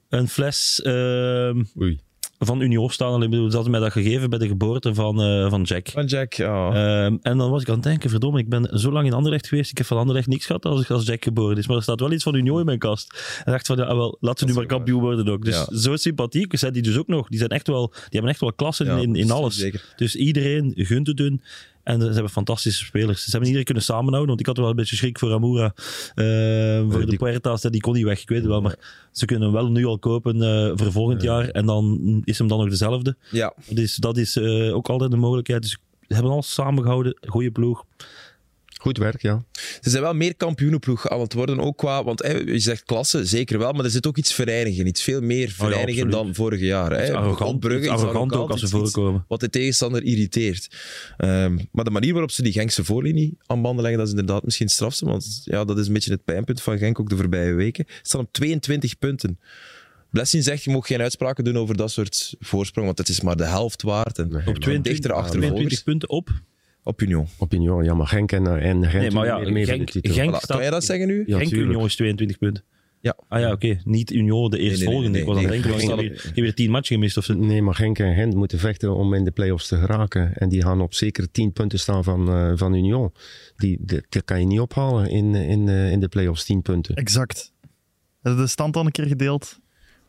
Speaker 4: een fles ehm,
Speaker 3: Oei.
Speaker 4: van Union staan. Alleen, ik bedoel, ze hadden mij dat gegeven bij de geboorte van, eh, van Jack.
Speaker 1: Van Jack, ja.
Speaker 4: Ehm, en dan was ik aan het denken, verdomme, ik ben zo lang in Anderlecht geweest, ik heb van Anderlecht niks gehad als ik als Jack geboren is. Maar er staat wel iets van Union in mijn kast. En dacht van, ja, ah, wel, laten we nu
Speaker 1: is
Speaker 4: maar
Speaker 1: ook waar.
Speaker 4: kampioen worden ook. Dus
Speaker 1: Ja.
Speaker 4: zo sympathiek zijn die dus ook nog. Die, zijn echt wel, die hebben echt wel klassen
Speaker 1: Ja,
Speaker 4: in, in alles.
Speaker 1: zeker.
Speaker 4: Dus iedereen gunt het hun. En eh, ze hebben fantastische spelers. Ze hebben iedereen kunnen samenhouden, want ik had wel een beetje schrik voor Amura. eh, voor de
Speaker 1: die-
Speaker 4: Puertas, die kon niet weg, ik weet het wel. Maar ze kunnen hem wel nu al kopen eh, voor volgend jaar. En dan is hem dan nog dezelfde.
Speaker 1: Ja,
Speaker 4: Dus dat is eh, ook altijd een mogelijkheid. Dus we hebben alles samengehouden. Goede ploeg.
Speaker 3: Goed werk, ja.
Speaker 1: ze zijn wel meer kampioenenploeg aan het worden, ook qua... Want hè, je zegt klasse, zeker wel, maar er zit ook iets vereinigen, iets veel meer
Speaker 4: Oh ja,
Speaker 1: vereinigen
Speaker 4: absoluut.
Speaker 1: dan vorig jaar. Hè.
Speaker 4: Het is arrogant,
Speaker 1: Eh, Op Brugge
Speaker 4: het is
Speaker 1: is
Speaker 4: arrogant ook als ze
Speaker 1: iets- iets
Speaker 4: voorkomen.
Speaker 1: Wat de tegenstander irriteert. Ehm, maar de manier waarop ze die Genkse voorlinie aan banden leggen, dat is inderdaad misschien strafste, want ja, dat is een beetje het pijnpunt van Genk ook de voorbije weken. Ze staan op 22 punten. Blessing zegt, je mag geen uitspraken doen over dat soort voorsprong, want het is maar de helft waard. En
Speaker 4: Op
Speaker 1: een
Speaker 4: 22
Speaker 1: dichtere achtervolger
Speaker 4: 22 punten op.
Speaker 1: op Union.
Speaker 3: Opinion, ja, maar Genk en, eh, en Gent
Speaker 4: Nee, maar ja,
Speaker 3: doen meer mee voor
Speaker 4: Genk-
Speaker 3: de titel.
Speaker 4: Genk
Speaker 1: Voilà.
Speaker 4: staat-
Speaker 1: Kan jij dat zeggen nu?
Speaker 3: Ja,
Speaker 4: Henk
Speaker 3: tuurlijk.
Speaker 4: Union is 22 punten.
Speaker 1: Ja.
Speaker 4: Ah ja, oké. Niet Union, de eerstvolgende.
Speaker 1: nee,
Speaker 4: ik was aan het
Speaker 1: nee,
Speaker 4: denken,
Speaker 1: nee,
Speaker 4: want
Speaker 1: nee,
Speaker 4: ik heb weer- ik heb weer 10 matchen gemist of zo.
Speaker 3: Nee, maar Genk en Gent moeten vechten om in de play-offs te geraken. En die gaan op zeker 10 punten staan van, eh, van Union. Die, die, die kan je niet ophalen in, in, eh, in de play-offs, 10 punten.
Speaker 2: Exact. Hebben de stand dan een keer gedeeld?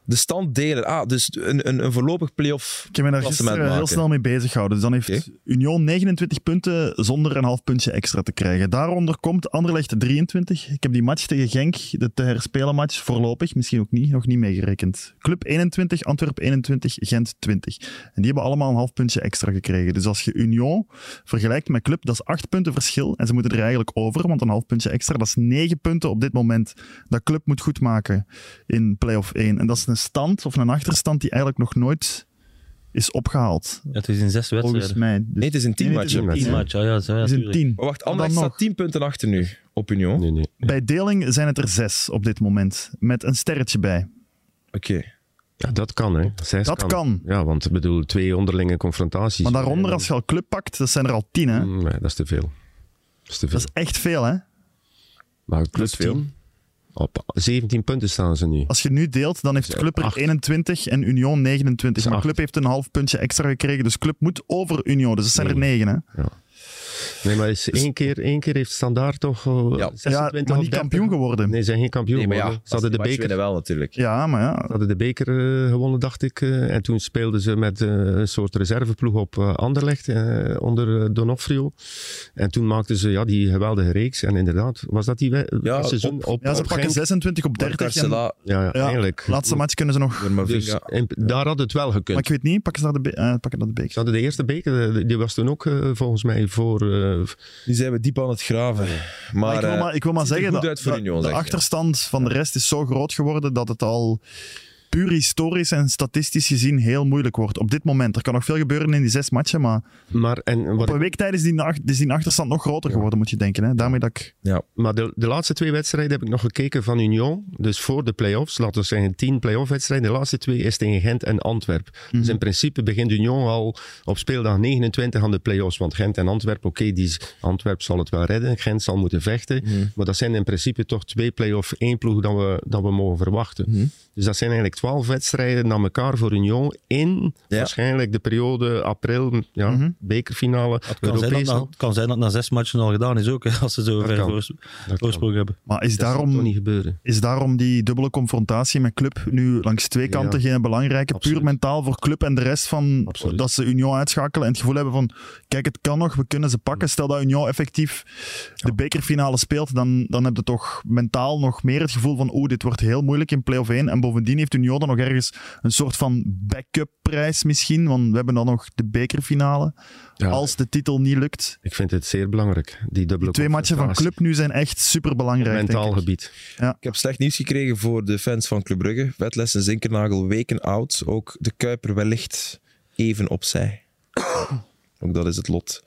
Speaker 1: De stand delen. Ah, dus een, een, een voorlopig play-off.
Speaker 2: Ik heb me daar
Speaker 1: Klassement
Speaker 2: gisteren heel
Speaker 1: maken.
Speaker 2: snel mee bezig gehouden. Dus dan heeft Union 29 punten zonder een half puntje extra te krijgen. Daaronder komt Anderlecht 23. Ik heb die match tegen Genk, de te herspelen match, voorlopig, misschien ook niet, nog niet meegerekend. Club 21, Antwerp 21, Gent 20. En die hebben allemaal een half puntje extra gekregen. Dus als je Union vergelijkt met Club, dat is 8 punten verschil. En ze moeten er eigenlijk over, want een half puntje extra, dat is 9 punten op dit moment. Dat Club moet goedmaken in play-off 1. En dat is een stand of een achterstand die eigenlijk nog nooit is opgehaald.
Speaker 4: Ja, het is in zes
Speaker 2: Volgens
Speaker 4: wedstrijden.
Speaker 2: mij.
Speaker 1: Nee, het is een
Speaker 2: Nee, nee, het is
Speaker 1: teammatch.
Speaker 2: een
Speaker 1: hè.
Speaker 4: Tien
Speaker 2: Ja.
Speaker 4: matchen, ja. ja, zo, ja,
Speaker 2: Het is een
Speaker 4: tuurlijk.
Speaker 2: 10.
Speaker 1: Maar Oh, wacht,
Speaker 2: Maar dan
Speaker 1: Anderlecht
Speaker 2: nog.
Speaker 1: staat 10 punten achter nu op Union.
Speaker 3: Nee, nee.
Speaker 2: Bij Deling zijn het er zes op dit moment. Met een sterretje bij.
Speaker 1: Oké.
Speaker 3: Ja, dat kan, hè. Zes
Speaker 2: Dat kan.
Speaker 3: Ja, want ik bedoel, twee onderlinge confrontaties.
Speaker 2: Maar daaronder, als je al club pakt, dat zijn er al tien. Hè?
Speaker 3: Mm, Nee, dat is te veel. Dat is te veel.
Speaker 2: Dat is echt veel. Hè?
Speaker 3: Maar
Speaker 1: dat
Speaker 3: club
Speaker 1: is veel.
Speaker 3: 10, op 17 punten staan ze nu.
Speaker 2: Als je nu deelt, dan heeft
Speaker 3: Dus
Speaker 2: Club er
Speaker 3: acht.
Speaker 2: 21 en Union 29.
Speaker 3: Dus
Speaker 2: Maar
Speaker 3: acht.
Speaker 2: Club heeft een half puntje extra gekregen. Dus Club moet over Union. Dus het zijn er
Speaker 1: Mm.
Speaker 2: negen. Hè?
Speaker 3: Nee, maar is één, keer, één keer heeft Standaard toch eh,
Speaker 1: Ja,
Speaker 3: 26
Speaker 2: Dus- Ja,
Speaker 3: op
Speaker 2: maar niet
Speaker 3: 30.
Speaker 2: kampioen geworden.
Speaker 3: Nee, ze zijn geen kampioen
Speaker 1: Nee, maar ja,
Speaker 3: geworden. Ze hadden de beker
Speaker 1: winnen wel natuurlijk.
Speaker 2: Ja, maar ja.
Speaker 3: Ze hadden de beker eh, gewonnen, dacht ik. eh, en toen speelden ze met eh, een soort reserveploeg op eh, Anderlecht eh, onder eh, Donofrio. En toen maakten ze ja, die geweldige reeks. En inderdaad, was dat die we-
Speaker 1: Ja,
Speaker 3: seizoen op, op,
Speaker 2: ja ze pakken
Speaker 3: Genk?
Speaker 2: 26 op
Speaker 1: Maar
Speaker 2: 30. En,
Speaker 1: Carcela,
Speaker 3: Ja, ja,
Speaker 2: ja,
Speaker 3: eigenlijk.
Speaker 2: laatste match kunnen ze nog.
Speaker 1: door Mavinga.
Speaker 3: Dus in- daar had het wel gekund.
Speaker 2: Maar ik weet niet, pakken ze daar de, be- eh, pakken dat de
Speaker 3: Ze
Speaker 2: beker.
Speaker 3: hadden de eerste beker, eh, die was toen ook eh, volgens mij voor... eh,
Speaker 1: Die zijn we diep aan het graven. Maar,
Speaker 2: Maar ik wil
Speaker 1: eh,
Speaker 2: maar, ik wil maar
Speaker 1: ziet er
Speaker 2: zeggen
Speaker 1: goed
Speaker 2: dat
Speaker 1: uit voor
Speaker 2: dat
Speaker 1: Union,
Speaker 2: de
Speaker 1: zeg je.
Speaker 2: achterstand van de rest is zo groot geworden dat het al puur historisch en statistisch gezien heel moeilijk wordt. Op dit moment. Er kan nog veel gebeuren in die zes matchen, maar
Speaker 3: maar en wat
Speaker 2: op een week tijd is die, ach- is die achterstand nog groter geworden, moet je denken. Hè? Daarmee dat ik...
Speaker 3: Maar de, de laatste twee wedstrijden heb ik nog gekeken van Union. Dus voor de play-offs. Laten we zeggen tien play-off wedstrijden. De laatste twee is tegen Gent en Antwerp. Dus in principe begint Union al op speeldag 29 aan de play-offs. Want Gent en Antwerp, oké, die Antwerp zal het wel redden. Gent zal moeten vechten. Maar dat zijn in principe toch twee play-off één ploeg dat we, dat we mogen verwachten. Dus dat zijn eigenlijk twaalf wedstrijden na elkaar voor Union. In
Speaker 1: Ja.
Speaker 3: waarschijnlijk de periode april, ja, bekerfinale,
Speaker 4: Het kan zijn, dat,
Speaker 3: Europees.
Speaker 4: na-
Speaker 3: nog.
Speaker 4: het kan zijn dat na zes matchen al gedaan is ook, hè, als ze zo ver
Speaker 3: kan.
Speaker 4: voors-
Speaker 3: Dat kan.
Speaker 4: voorsprong hebben.
Speaker 2: Maar is
Speaker 3: Dat zal toch
Speaker 2: daarom,
Speaker 3: niet gebeuren.
Speaker 2: is daarom die dubbele confrontatie met club nu langs twee kanten geen belangrijke?
Speaker 3: Absoluut.
Speaker 2: Puur mentaal voor club en de rest van
Speaker 3: Absoluut.
Speaker 2: dat ze Union uitschakelen en het gevoel hebben van kijk, het kan nog, we kunnen ze
Speaker 3: Mm.
Speaker 2: pakken. Stel dat Union effectief de bekerfinale speelt, dan, dan heb je toch mentaal nog meer het gevoel van oeh, dit wordt heel moeilijk in play-off 1. En bovendien heeft Union dan nog ergens een soort van backup prijs misschien, want we hebben dan nog de bekerfinale.
Speaker 3: Ja.
Speaker 2: Als de titel niet lukt.
Speaker 3: Ik vind het zeer belangrijk, die dubbele
Speaker 2: Die twee matchen van
Speaker 3: confrontatie.
Speaker 2: club nu zijn echt superbelangrijk.
Speaker 3: Op mentaal
Speaker 2: denk ik.
Speaker 3: gebied.
Speaker 1: Ik heb slecht nieuws gekregen voor de fans van Club Brugge. Wetles en Zinkernagel weken oud. Ook de Kuiper wellicht even opzij. Ook dat is het lot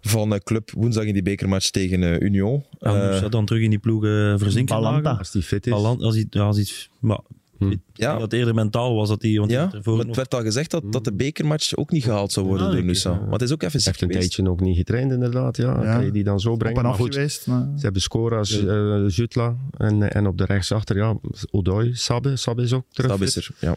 Speaker 1: van eh, Club woensdag in die bekermatch tegen eh, Union.
Speaker 4: Ja,
Speaker 1: Eh,
Speaker 4: moest dat dan terug in die ploeg eh verzinken.
Speaker 2: Balanta.
Speaker 4: lagen?
Speaker 3: Als die fit is.
Speaker 4: Balanta, als iets, als iets, maar, ik
Speaker 1: Ja.
Speaker 4: denk dat eerder mentaal was dat die, want die
Speaker 1: ja,
Speaker 4: heeft ervoor
Speaker 1: maar het
Speaker 4: nog-
Speaker 1: werd al gezegd dat, dat de bekermatch ook niet gehaald zou worden door Nusa. Maar het is ook even ziek
Speaker 3: Heeft een
Speaker 1: geweest.
Speaker 3: tijdje ook niet getraind, inderdaad. Ja,
Speaker 2: Ja.
Speaker 3: Kan je die dan zo
Speaker 2: Op
Speaker 3: brengen.
Speaker 2: en
Speaker 3: Maar
Speaker 2: af
Speaker 3: goed,
Speaker 2: geweest. maar-
Speaker 3: ze hebben scoras eh Jutla en, en op de rechtsachter, ja, Odoi, Sabbe. Sabbe is ook terug.
Speaker 1: Dat is er, ja.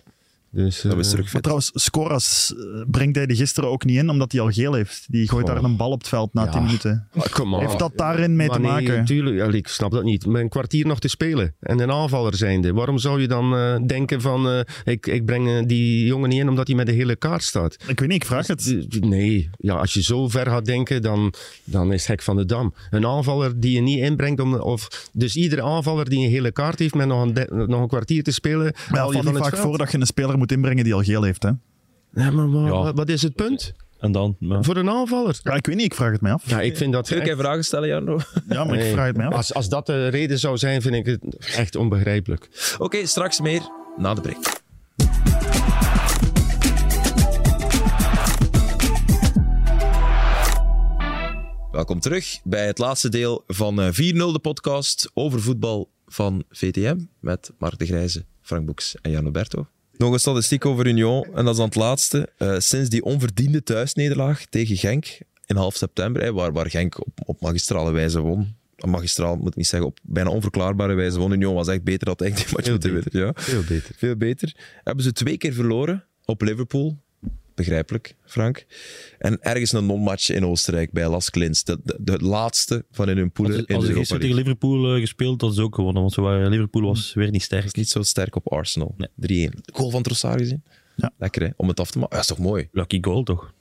Speaker 3: Dus,
Speaker 1: Dat
Speaker 3: eh,
Speaker 1: is terug
Speaker 2: Maar
Speaker 1: vet.
Speaker 2: trouwens, Scoras eh, brengt hij de gisteren ook niet in, omdat hij al geel heeft. Die gooit
Speaker 3: Goh.
Speaker 2: daar een bal op het veld na
Speaker 3: Ja.
Speaker 2: 10 minuten.
Speaker 3: ah, come on.
Speaker 2: Heeft dat daarin mee te
Speaker 3: Maar nee,
Speaker 2: maken?
Speaker 3: Tuurlijk, allee, ik snap dat niet. Met een kwartier nog te spelen en een aanvaller zijnde. Waarom zou je dan eh, denken van, eh, ik, ik breng eh, die jongen niet in omdat hij met de hele kaart staat?
Speaker 2: Ik weet niet, ik vraag het.
Speaker 3: D- Nee, ja, als je zo ver gaat denken, dan, dan is het hek van de dam. Een aanvaller die je niet inbrengt, om, of, dus iedere aanvaller die een hele kaart heeft met nog een, de- nog een kwartier te spelen,
Speaker 2: Maar het
Speaker 3: haal je
Speaker 2: valt
Speaker 3: van
Speaker 2: niet
Speaker 3: het
Speaker 2: vaak
Speaker 3: veld.
Speaker 2: voor dat je een speler moet inbrengen die al geel heeft. Hè?
Speaker 3: Ja, maar wa-
Speaker 4: Ja.
Speaker 3: wa- wat is het punt
Speaker 4: En dan... ja.
Speaker 3: voor een aanvaller?
Speaker 2: Ja, ik weet niet, ik vraag het mij af.
Speaker 3: Ja, ik vind dat
Speaker 1: Kun
Speaker 3: echt-
Speaker 1: jij vragen stellen, Jarno?
Speaker 2: Ja, maar ik
Speaker 3: Nee. Ah,
Speaker 2: vraag het mij af.
Speaker 3: als, als dat de reden zou zijn, vind ik het echt onbegrijpelijk.
Speaker 1: Oké, straks meer na de break. Welkom terug bij het laatste deel van eh, 4-0, de podcast over voetbal van VTM. Met Mark de Grijze, Frank Boeks en Jan Alberto. Nog een statistiek over Union, en dat is dan het laatste. Eh, sinds die onverdiende thuisnederlaag tegen Genk in half september, hè, waar, waar Genk op, op magistrale wijze won. Magistraal moet ik niet zeggen, op bijna onverklaarbare wijze won. Union was echt beter dat eigenlijk die match
Speaker 3: Heel
Speaker 1: moeten
Speaker 3: beter.
Speaker 1: winnen. Ja.
Speaker 3: Veel beter.
Speaker 1: Veel beter. Hebben ze twee keer verloren op Liverpool. Begrijpelijk, Frank. En ergens een non-match in Oostenrijk bij Las Klins. De, de, de laatste van in hun
Speaker 4: Als
Speaker 1: poelen
Speaker 4: ze-
Speaker 1: in
Speaker 4: Als
Speaker 1: de
Speaker 4: ze
Speaker 1: Europa
Speaker 4: gisteren
Speaker 1: League.
Speaker 4: tegen Liverpool eh, gespeeld, hadden ze ook gewonnen. Want ze waren, Liverpool was weer niet
Speaker 1: Is
Speaker 4: sterk.
Speaker 1: niet zo sterk op Arsenal. 3-1. Goal van Trossard gezien.
Speaker 2: Ja.
Speaker 1: Lekker hè, om het af te maken. Ja, is toch mooi?
Speaker 4: Lucky goal, toch?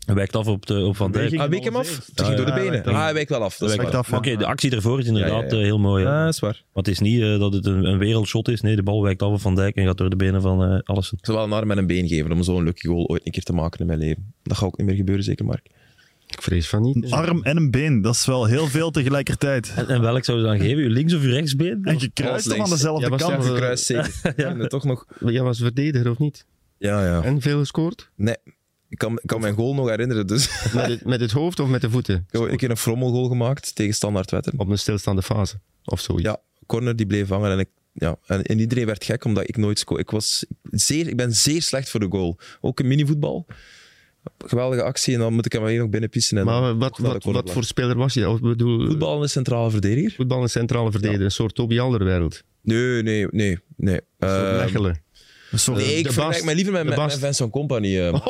Speaker 4: Hij wijkt af op, de, op Van Dijk.
Speaker 2: Ging
Speaker 1: Ah, week hem
Speaker 2: alles
Speaker 1: af?
Speaker 2: eerst.
Speaker 1: Het ging door de
Speaker 2: Ja, ja,
Speaker 1: benen.
Speaker 2: ja, ja.
Speaker 1: ah, hij wijkt wel af. Dat
Speaker 4: Hij
Speaker 1: is
Speaker 4: wijkt
Speaker 1: waar.
Speaker 2: af,
Speaker 4: Maar Oké, de actie daarvoor is inderdaad
Speaker 1: Ja, ja, ja.
Speaker 4: eh, heel mooi.
Speaker 1: Ah,
Speaker 4: ja.
Speaker 1: dat is waar.
Speaker 4: Maar het is niet eh, dat het een, een wereldshot is. Nee, de bal wijkt af van Dijk en gaat door de benen van eh Allison.
Speaker 1: Ik zou wel een arm en een been geven om zo'n lucky goal ooit een keer te maken in mijn leven. Dat gaat ook niet meer gebeuren, zeker Mark.
Speaker 3: Ik vrees van niet.
Speaker 2: Een arm en een been, dat is wel heel veel tegelijkertijd.
Speaker 4: En, en welk zou je dan geven? Uw links of uw rechtsbeen?
Speaker 2: En gekruist
Speaker 1: Alles
Speaker 2: hem aan
Speaker 1: links.
Speaker 2: dezelfde
Speaker 3: Ja, was
Speaker 2: kant.
Speaker 3: dat-
Speaker 2: Ja,
Speaker 1: Eh, Kruis zeker. ja. toch nog...
Speaker 3: Jij was verdediger of niet?
Speaker 1: Ja, ja.
Speaker 3: En veel gescoord?
Speaker 1: Nee, ik kan, ik kan mijn goal nog herinneren, dus...
Speaker 3: Met het, met het hoofd of met de voeten?
Speaker 1: Ik heb een keer een frommelgoal gemaakt tegen Standaard Wetter.
Speaker 3: Op een stilstaande fase of zoiets.
Speaker 1: Ja, corner die bleef hangen en ik... Ja, en, en iedereen werd gek omdat ik nooit scoorde. Ik, was zeer, ik ben zeer slecht voor de goal. Ook in minivoetbal. Geweldige actie en dan moet ik hem alleen nog binnenpissen. En
Speaker 3: Maar
Speaker 1: dan-
Speaker 3: wat,
Speaker 1: wel
Speaker 3: wat,
Speaker 1: een
Speaker 3: wat voor speler was je? Of ik bedoel,
Speaker 1: Voetbal en een centrale verdediger?
Speaker 3: voetbal een centrale verdediger, een soort Toby Alderwereld.
Speaker 1: Nee, nee, nee. nee.
Speaker 3: Een soort
Speaker 1: Ehm,
Speaker 3: Mechelen.
Speaker 2: Een soort-
Speaker 1: nee, ik
Speaker 3: De
Speaker 1: vergelijk
Speaker 3: Bast.
Speaker 1: mij liever met,
Speaker 3: De Oh,
Speaker 1: met, met
Speaker 3: Bast.
Speaker 1: Vincent Company. eh.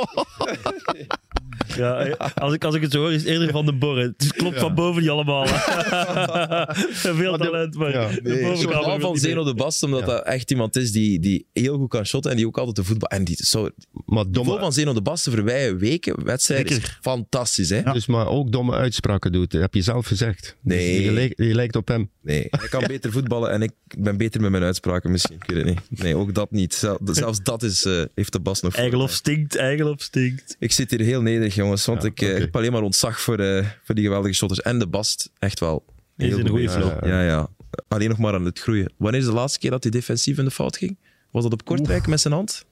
Speaker 4: Ja, eh, als, ik, als ik het zo hoor, is het eerder van de borren. Het klopt van boven niet allemaal. Veel talent, maar
Speaker 3: ja,
Speaker 4: de
Speaker 3: nee.
Speaker 1: Een
Speaker 4: bovenkant
Speaker 1: soort
Speaker 4: wil
Speaker 1: haal
Speaker 4: het
Speaker 1: van
Speaker 4: niet
Speaker 1: Zeno de Bast, omdat dat echt iemand is die, die heel goed kan shotten en die ook altijd de voetbal... En die, zo,
Speaker 3: Maar,
Speaker 1: de goal
Speaker 3: domme,
Speaker 1: van Zeno de Bast de voorbije weken, wedstrijden, is
Speaker 2: Zeker.
Speaker 1: fantastisch. Hè?
Speaker 3: dus maar ook domme uitspraken doet, dat heb je zelf gezegd.
Speaker 1: Nee.
Speaker 3: Dus je, lijkt, je lijkt op hem.
Speaker 1: Nee, hij kan beter voetballen en ik ben beter met mijn uitspraken misschien. Ik weet het niet. Nee, ook dat niet. Zel- zelfs dat is, eh, heeft de Bas nog
Speaker 4: meer.
Speaker 1: voor
Speaker 4: Eigenlof
Speaker 1: mij.
Speaker 4: stinkt, eigenlof stinkt.
Speaker 1: Ik zit hier heel nederig, jongens, want
Speaker 3: Ja,
Speaker 1: ik, eh,
Speaker 3: oké.
Speaker 1: heb alleen maar ontzag voor, eh, voor die geweldige shotters. En de Bast, echt wel.
Speaker 4: Is in een goede
Speaker 1: bezig.
Speaker 4: flow.
Speaker 1: Ja, ja. Alleen nog maar aan het groeien. Wanneer is de laatste keer dat hij defensief in de fout ging? Was dat op Kortrijk met zijn hand?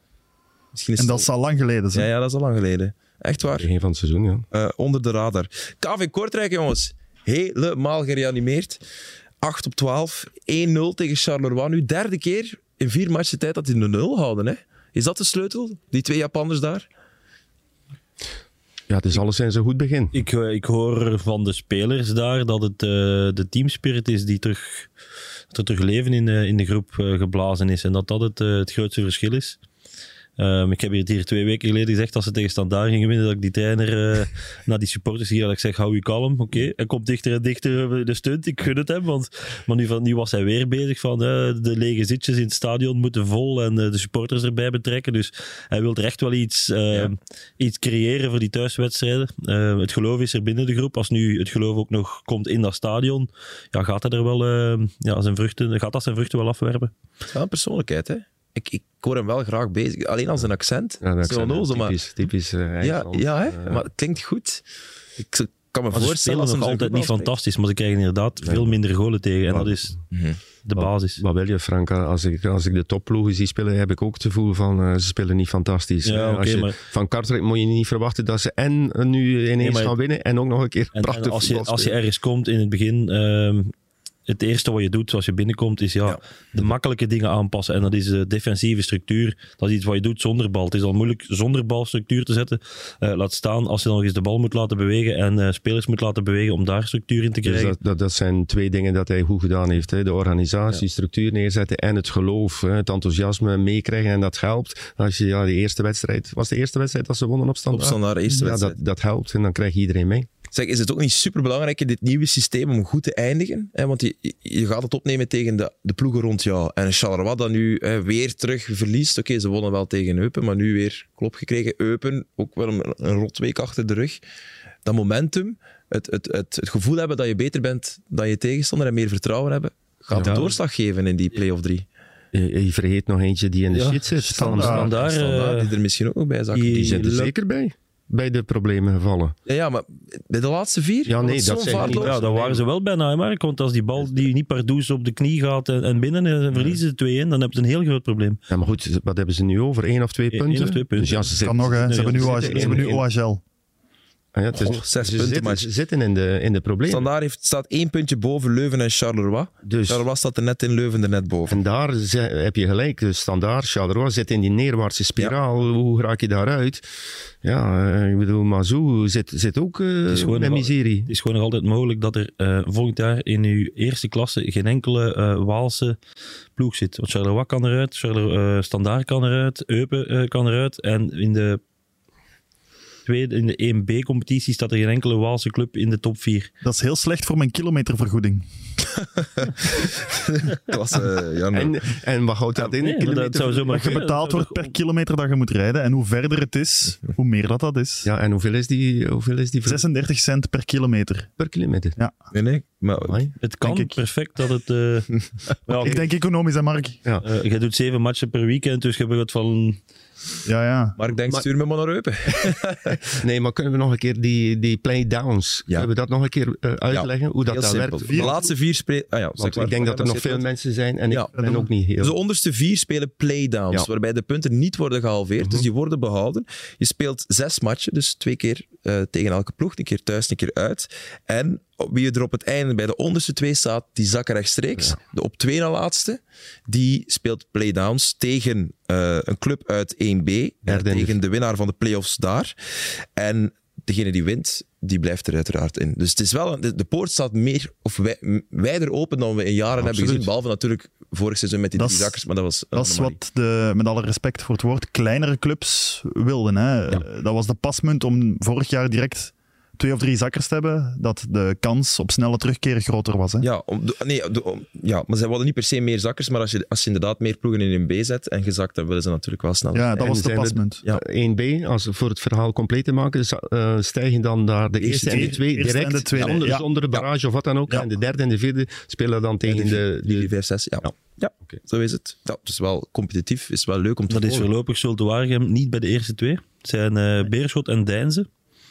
Speaker 1: Misschien is
Speaker 2: En dat
Speaker 1: het
Speaker 2: is al lang geleden.
Speaker 1: al-
Speaker 2: Zo.
Speaker 1: ja, ja, dat is al lang geleden. Echt waar.
Speaker 3: Begin van het seizoen, ja.
Speaker 1: Eh, onder de radar. KV Kortrijk, jongens. Helemaal gereanimeerd. 8 op 12. 1-0 tegen Charleroi. Nu derde keer in vier matchen tijd dat die een 0 houden. Hè? Is dat de sleutel? Die twee Japanners daar?
Speaker 3: Ja, het is alles zijn zo goed begin.
Speaker 4: Ik, eh, ik hoor van de spelers daar dat het eh, de teamspirit is die terug, dat er terug leven in de, in de groep eh, geblazen is. En dat dat het, eh, het grootste verschil is. Ehm, ik heb hier, hier twee weken geleden gezegd als ze tegen Standaard gingen winnen, dat ik die trainer eh, naar die supporters hier dat ik zeg, hou je kalm, oké. Hij komt dichter en dichter eh, de stunt, ik gun het hem. Want, maar nu, van, nu was hij weer bezig van eh, de lege zitjes in het stadion moeten vol en eh, de supporters erbij betrekken. Dus hij wil er echt wel iets, eh, iets creëren voor die thuiswedstrijden. Eh, het geloof is er binnen de groep. Als nu het geloof ook nog komt in dat stadion, ja, gaat hij er wel eh, ja, zijn vruchten, gaat dat zijn vruchten wel afwerpen.
Speaker 1: Het is wel een persoonlijkheid, hè? Ik, ik hoor hem wel graag bezig. Alleen al zijn accent.
Speaker 3: Ja, dat
Speaker 1: Zo
Speaker 3: zijn, eh,
Speaker 1: onnozel, maar...
Speaker 3: typisch, typisch eh,
Speaker 1: Ja,
Speaker 3: IJsland.
Speaker 1: ja, hè?
Speaker 3: Eh,
Speaker 1: maar het klinkt goed. Ik z- kan me
Speaker 4: Maar ze
Speaker 1: voorstellen
Speaker 4: spelen
Speaker 1: als ze
Speaker 4: nog
Speaker 1: hem zo
Speaker 4: altijd niet
Speaker 1: voetbal spelen.
Speaker 4: fantastisch, maar ze krijgen inderdaad veel minder golen tegen. En
Speaker 3: Maar-
Speaker 4: dat is
Speaker 1: Mhm.
Speaker 4: de basis.
Speaker 3: Wat wil je, Frank? Als ik, als ik de topploegen zie spelen, heb ik ook het gevoel van eh, ze spelen niet fantastisch.
Speaker 4: Ja,
Speaker 3: Eh,
Speaker 4: oké,
Speaker 3: als je,
Speaker 4: maar-
Speaker 3: Van Kartrijk moet je niet verwachten dat ze en eh, nu ineens
Speaker 4: Nee, maar-
Speaker 3: gaan winnen en ook nog een keer
Speaker 4: En,
Speaker 3: prachtig
Speaker 4: en als, je,
Speaker 3: voetbal
Speaker 4: als je
Speaker 3: spelen.
Speaker 4: ergens komt in het begin, ehm, het eerste wat je doet als je binnenkomt is ja,
Speaker 1: Ja.
Speaker 4: de makkelijke dingen aanpassen. En dat is de defensieve structuur. Dat is iets wat je doet zonder bal. Het is al moeilijk zonder bal structuur te zetten. Eh, laat staan als je dan nog eens de bal moet laten bewegen en eh, spelers moet laten bewegen om daar structuur in te
Speaker 3: Dus
Speaker 4: krijgen.
Speaker 3: dat, dat, dat zijn twee dingen dat hij goed gedaan heeft. Hè. De organisatie, structuur neerzetten en het geloof. Hè. Het enthousiasme meekrijgen en dat helpt. Als je ja, de eerste wedstrijd... Was de eerste wedstrijd dat ze wonnen op
Speaker 1: Op
Speaker 3: standaard?
Speaker 1: standaard eerste
Speaker 3: ja,
Speaker 1: wedstrijd.
Speaker 3: dat, dat helpt en dan krijg je iedereen mee.
Speaker 1: Zeg, is het ook niet superbelangrijk in dit nieuwe systeem om goed te eindigen? Hè, want je, je gaat het opnemen tegen de, de ploegen rond jou. En Charleroi dat nu hè, weer terug verliest. Oké, ze wonnen wel tegen Eupen, maar nu weer klop gekregen. Eupen, ook wel een, een rotweek achter de rug. Dat momentum, het, het, het, het gevoel hebben dat je beter bent dan je tegenstander en meer vertrouwen hebben, gaat
Speaker 3: Ja.
Speaker 1: doorslag geven in die play-off 3.
Speaker 3: Je, je vergeet nog eentje die in de
Speaker 4: Ja,
Speaker 3: shit zit.
Speaker 4: standaard.
Speaker 3: Standaard.
Speaker 4: Standaard, eh,
Speaker 1: Standaard, die er misschien ook nog bij zag.
Speaker 4: die-
Speaker 3: Die zit er
Speaker 4: Luk-
Speaker 3: zeker bij. Bij de problemen gevallen.
Speaker 1: Ja, ja, maar bij de laatste vier?
Speaker 3: Ja,
Speaker 1: was
Speaker 3: nee,
Speaker 1: het
Speaker 3: dat
Speaker 1: zo'n
Speaker 3: zeg ik niet.
Speaker 1: vaartloos?
Speaker 4: Ja, daar waren ze wel bijna, hè, Mark. Want als die bal die niet per douche op de knie gaat en, en binnen en verliezen ze twee in, dan heb je een heel groot probleem.
Speaker 3: Ja, maar goed, wat hebben ze nu over? Eén of twee
Speaker 4: Eén
Speaker 3: punten?
Speaker 4: of twee punten.
Speaker 3: Dus ja, ze
Speaker 2: Kan
Speaker 3: zitten,
Speaker 2: nog, hè. Ze hebben nu,
Speaker 4: zitten
Speaker 2: OHL ze hebben nu
Speaker 3: in- in-
Speaker 2: OHL.
Speaker 3: Ah ja, het is-
Speaker 1: Goh, zes
Speaker 3: ze
Speaker 1: punten,
Speaker 3: zitten,
Speaker 1: maar-
Speaker 3: ze zitten in de, in de problemen.
Speaker 1: Standaard heeft, staat één puntje boven Leuven en Charleroi.
Speaker 3: Dus,
Speaker 1: Charleroi staat er net in, Leuven er net boven.
Speaker 3: en daar ze- heb je gelijk. Dus standaard, Charleroi zit in die neerwaartse spiraal. Hoe raak je daaruit? Ja, eh, ik bedoel, Mazou zit, zit ook eh
Speaker 4: is gewoon
Speaker 3: in
Speaker 4: een-
Speaker 3: miserie.
Speaker 4: Het is gewoon nog altijd mogelijk dat er eh, volgend jaar in uw eerste klasse geen enkele eh, Waalse ploeg zit. Want Charleroi kan eruit, Charleroi, eh, Standaard kan eruit, Eupen eh, kan eruit. En in de, tweede, in de 1B-competitie staat er geen enkele Waalse club in de top 4.
Speaker 2: Dat is heel slecht voor mijn kilometervergoeding.
Speaker 1: Klasse, eh, ja, nee.
Speaker 3: En, en wat houdt dat in?
Speaker 4: Nee, maar dat
Speaker 3: Kilometer-
Speaker 4: zou zomaar
Speaker 2: Dat je
Speaker 4: kunnen.
Speaker 2: betaald
Speaker 4: Dat
Speaker 2: wordt
Speaker 4: zou
Speaker 2: per
Speaker 4: toch-
Speaker 2: kilometer dat je moet rijden. En hoe verder het is, hoe meer dat dat is.
Speaker 3: Ja, en hoeveel is die, hoeveel is die ver-
Speaker 2: 36 cent per kilometer.
Speaker 3: per kilometer?
Speaker 1: nee, nee, maar
Speaker 3: Amai.
Speaker 4: Het kan
Speaker 2: Denk ik.
Speaker 4: perfect dat het... eh, ja,
Speaker 2: Ik denk economisch, hè, Mark?
Speaker 4: eh, jij doet zeven matchen per weekend, dus je hebt wat van...
Speaker 2: Ja, ja.
Speaker 1: Mark denkt,
Speaker 3: Maar-
Speaker 1: stuur me maar naar Eupen.
Speaker 3: Nee, maar kunnen we nog een keer die, die playdowns,
Speaker 1: Ja.
Speaker 3: kunnen we dat nog een keer eh, uitleggen? Hoe dat,
Speaker 1: Heel
Speaker 3: dat
Speaker 1: simpel.
Speaker 3: werkt?
Speaker 1: De laatste vier spelen... Ah, ja, zeg
Speaker 3: Want
Speaker 1: maar.
Speaker 3: ik denk dat er nog veel
Speaker 1: Dus
Speaker 3: mensen zijn en
Speaker 1: Ja.
Speaker 3: ik ben ook niet heel...
Speaker 1: de onderste vier spelen playdowns,
Speaker 3: Ja. Mhm.
Speaker 1: waarbij de punten niet worden gehalveerd, dus die worden behouden. Je speelt zes matchen, dus twee keer eh, tegen elke ploeg, een keer thuis, een keer uit. En wie er op het einde bij de onderste twee staat, die zakken rechtstreeks. De op twee na laatste, die speelt playdowns tegen eh, een club uit 1B, en
Speaker 3: Derde in de-
Speaker 1: tegen de winnaar van de playoffs daar. En degene die wint, die blijft er uiteraard in. Dus het is wel een- de, de poort staat meer of wij, m- wijder open dan we in jaren hebben
Speaker 3: Absoluut.
Speaker 1: gezien. Behalve natuurlijk vorig seizoen met die
Speaker 2: Dat
Speaker 1: drie
Speaker 2: is-
Speaker 1: zakkers, maar dat was... een
Speaker 2: Dat is
Speaker 1: anomalie.
Speaker 2: wat de, met alle respect voor het woord, kleinere clubs wilden. Hè. Dat was de pasmunt om vorig jaar direct twee of drie zakkers te hebben, dat de kans op snelle terugkeer groter was. Hè.
Speaker 1: Ja, om de- nee, de- om- ja, maar ze hadden niet per se meer zakkers, maar als je, als je inderdaad meer ploegen in een B zet en gezakt, dan willen ze natuurlijk wel sneller.
Speaker 2: Ja, dat
Speaker 3: En
Speaker 2: was de
Speaker 3: zijn we-
Speaker 2: pasmunt.
Speaker 1: Ja.
Speaker 3: 1B, als we voor het verhaal compleet te maken, za- eh, stijgen dan daar de eerste, en de
Speaker 2: twee-
Speaker 3: twee
Speaker 2: eerste
Speaker 3: direct.
Speaker 2: en de tweede,
Speaker 3: zonder,
Speaker 2: ja.
Speaker 3: zonder de barrage of wat dan ook.
Speaker 2: Ja.
Speaker 3: En de derde en de vierde spelen dan tegen de...
Speaker 1: Drie,
Speaker 3: de-
Speaker 1: vijf, zes, ja. Ja,
Speaker 3: Oké.
Speaker 1: zo is het. Ja, het is wel competitief, is wel leuk om te
Speaker 4: Dat is
Speaker 1: volgen.
Speaker 4: voorlopig Zulte Waregem niet bij de eerste twee. Het zijn eh, Beerschot en Deinze,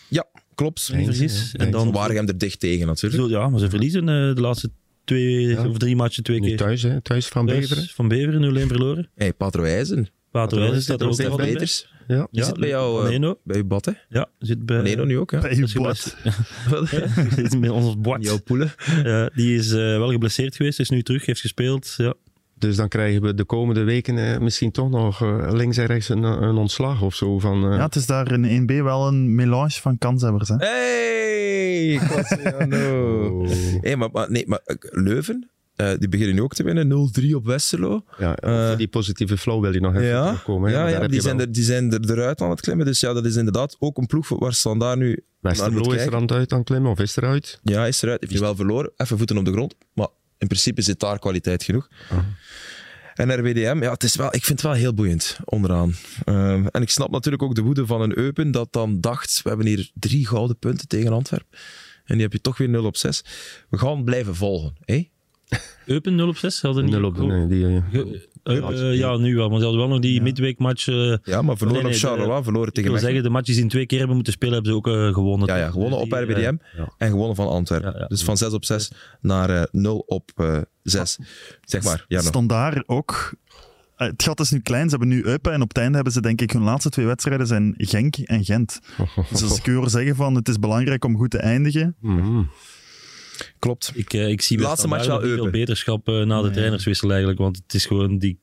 Speaker 1: Ja, klopt.
Speaker 4: niet vergis. En
Speaker 1: Dan
Speaker 4: dan,
Speaker 1: waren hem er dicht tegen natuurlijk.
Speaker 4: Zulte- ja, maar ze verliezen eh, de laatste twee
Speaker 3: Ja.
Speaker 4: of drie matchen twee
Speaker 3: nu
Speaker 4: keer.
Speaker 3: thuis, hè, thuis van
Speaker 4: Thuis
Speaker 3: Beveren.
Speaker 4: Van Beveren 0-1 verloren.
Speaker 1: Hey, Patro IJzen,
Speaker 4: Pater Wijzen staat er ook
Speaker 1: Stef
Speaker 4: nog bij.
Speaker 1: Peters.
Speaker 3: Ja.
Speaker 1: Die
Speaker 4: Ja,
Speaker 1: zit bij jou,
Speaker 4: Van
Speaker 1: eh,
Speaker 4: Eno.
Speaker 1: bij je bad, hè?
Speaker 4: Ja, zit bij...
Speaker 1: Van Eno nu ook, hè?
Speaker 2: Bij uw
Speaker 4: Als je
Speaker 2: blad.
Speaker 4: best- Zit met ons bord.
Speaker 1: Jouw poelen.
Speaker 4: Ja, die is eh, wel geblesseerd geweest, is nu terug, heeft gespeeld. Ja.
Speaker 3: Dus dan krijgen we de komende weken eh, misschien toch nog eh, links en rechts een, een ontslag of zo. Van, eh,
Speaker 2: Ja, het is daar in 1B wel een melange van kanshebbers. Hè.
Speaker 1: Hey, Cassiano.
Speaker 3: oh.
Speaker 1: hey, maar, maar, nee, maar eh, Leuven, eh, die beginnen nu ook te winnen. 0-3 op Westerlo.
Speaker 3: ja,
Speaker 1: Eh,
Speaker 3: voor die positieve flow wil je nog even
Speaker 1: Ja,
Speaker 3: terugkomen. hè,
Speaker 1: ja,
Speaker 3: want
Speaker 1: ja
Speaker 3: daar heb
Speaker 1: die,
Speaker 3: je
Speaker 1: zijn
Speaker 3: wel-
Speaker 1: er, die zijn er eruit aan het klimmen. Dus ja, dat is inderdaad ook een ploeg waar Standaard nu... naar
Speaker 3: Westerlo
Speaker 1: moet
Speaker 3: is er
Speaker 1: kijken.
Speaker 3: aan het uit aan het klimmen of is eruit?
Speaker 1: Ja, is eruit. Heeft hij wel verloren. Even voeten op de grond. Maar in principe zit daar kwaliteit genoeg. En RWDM, ja, het is wel, ik vind het wel heel boeiend onderaan. Ehm, en ik snap natuurlijk ook de woede van een Eupen dat dan dacht, we hebben hier drie gouden punten tegen Antwerpen. En die heb je toch weer 0 op 6. We gaan blijven volgen. Hè?
Speaker 4: Eupen 0 op 6, hadden niet... Oh.
Speaker 3: Nul op nee, die, eh,
Speaker 4: Ge- eh, eh, ja, nu wel, maar ze hadden wel nog die midweekmatch... eh,
Speaker 1: Ja, maar verloren
Speaker 4: Nee, nee,
Speaker 1: op Charleroi, verloren
Speaker 4: ik
Speaker 1: tegen Mechelen.
Speaker 4: wil zeggen, de matches die in twee keer hebben moeten spelen, hebben ze ook eh, gewonnen.
Speaker 1: Ja, ja,
Speaker 4: Dus
Speaker 1: gewonnen op
Speaker 4: die, eh,
Speaker 1: RWDM
Speaker 3: ja.
Speaker 1: en gewonnen van Antwerpen.
Speaker 4: Ja, ja.
Speaker 1: Dus van 6 op 6 naar eh 0 op eh 6. Zeg maar, Jarno.
Speaker 2: Standaard ook. Eh, Het gat is nu klein, ze hebben nu Eupen en op het einde hebben ze denk ik hun laatste twee wedstrijden zijn Genk en Gent. Dus als ik u hoor zeggen van het is belangrijk om goed te eindigen,
Speaker 3: mhm.
Speaker 1: Klopt.
Speaker 4: Ik, eh, ik zie
Speaker 1: Laatste match
Speaker 4: Standaard
Speaker 1: wel
Speaker 4: nog niet veel
Speaker 1: open.
Speaker 4: beterschap eh, na de trainerswissel eigenlijk. Want het is gewoon, die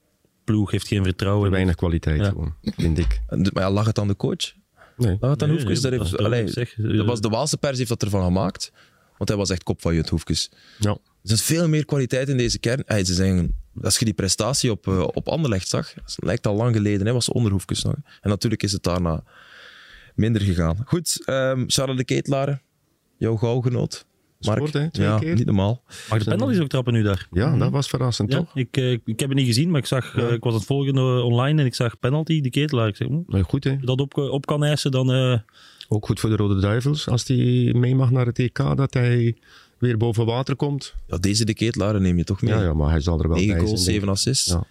Speaker 4: ploeg heeft geen vertrouwen.
Speaker 3: Weinig kwaliteit,
Speaker 4: Ja.
Speaker 3: gewoon, vind ik.
Speaker 1: Maar ja, lag het aan de coach?
Speaker 3: Nee.
Speaker 1: Lag het aan
Speaker 4: Nee,
Speaker 1: Hoefkes?
Speaker 4: nee,
Speaker 1: Daar
Speaker 4: dat
Speaker 1: heeft-
Speaker 4: is
Speaker 1: allee,
Speaker 4: toch op zich, eh,
Speaker 1: dat was de Waalse pers heeft dat ervan gemaakt. Want hij was echt kop van Jut Hoefkes.
Speaker 3: Ja.
Speaker 1: Er zit veel meer kwaliteit in deze kern. Ey, ze zijn, als je die prestatie op, eh, op Anderlecht zag, dat lijkt al lang geleden, hè, was onderhoefjes nog. En natuurlijk is het daarna minder gegaan. Goed, ehm Charles de Keetlaren, jouw gauwgenoot. Mark,
Speaker 3: Gescoord, hè, twee
Speaker 1: ja,
Speaker 3: keer.
Speaker 1: niet normaal.
Speaker 4: Mag de penalties ook trappen nu daar?
Speaker 3: Ja, dat was verrassend,
Speaker 4: Ja,
Speaker 3: toch?
Speaker 4: ik, eh, ik- ik heb het niet gezien, maar ik, zag, eh, ik was aan het volgen eh, online en ik zag penalty, de ketelaar. Ik zeg, hm, als
Speaker 3: Maar goed, hè.
Speaker 4: je dat op, op kan eisen, dan... eh,
Speaker 3: Ook goed voor de Rode Duivels, als hij mee mag naar het EK, dat hij weer boven water komt.
Speaker 1: Ja, deze de Keetlaren neem je toch mee.
Speaker 3: Ja, ja maar hij zal er wel
Speaker 1: 9
Speaker 3: bij zijn.
Speaker 1: goals,
Speaker 3: denk
Speaker 1: 7 assists.
Speaker 3: Ja.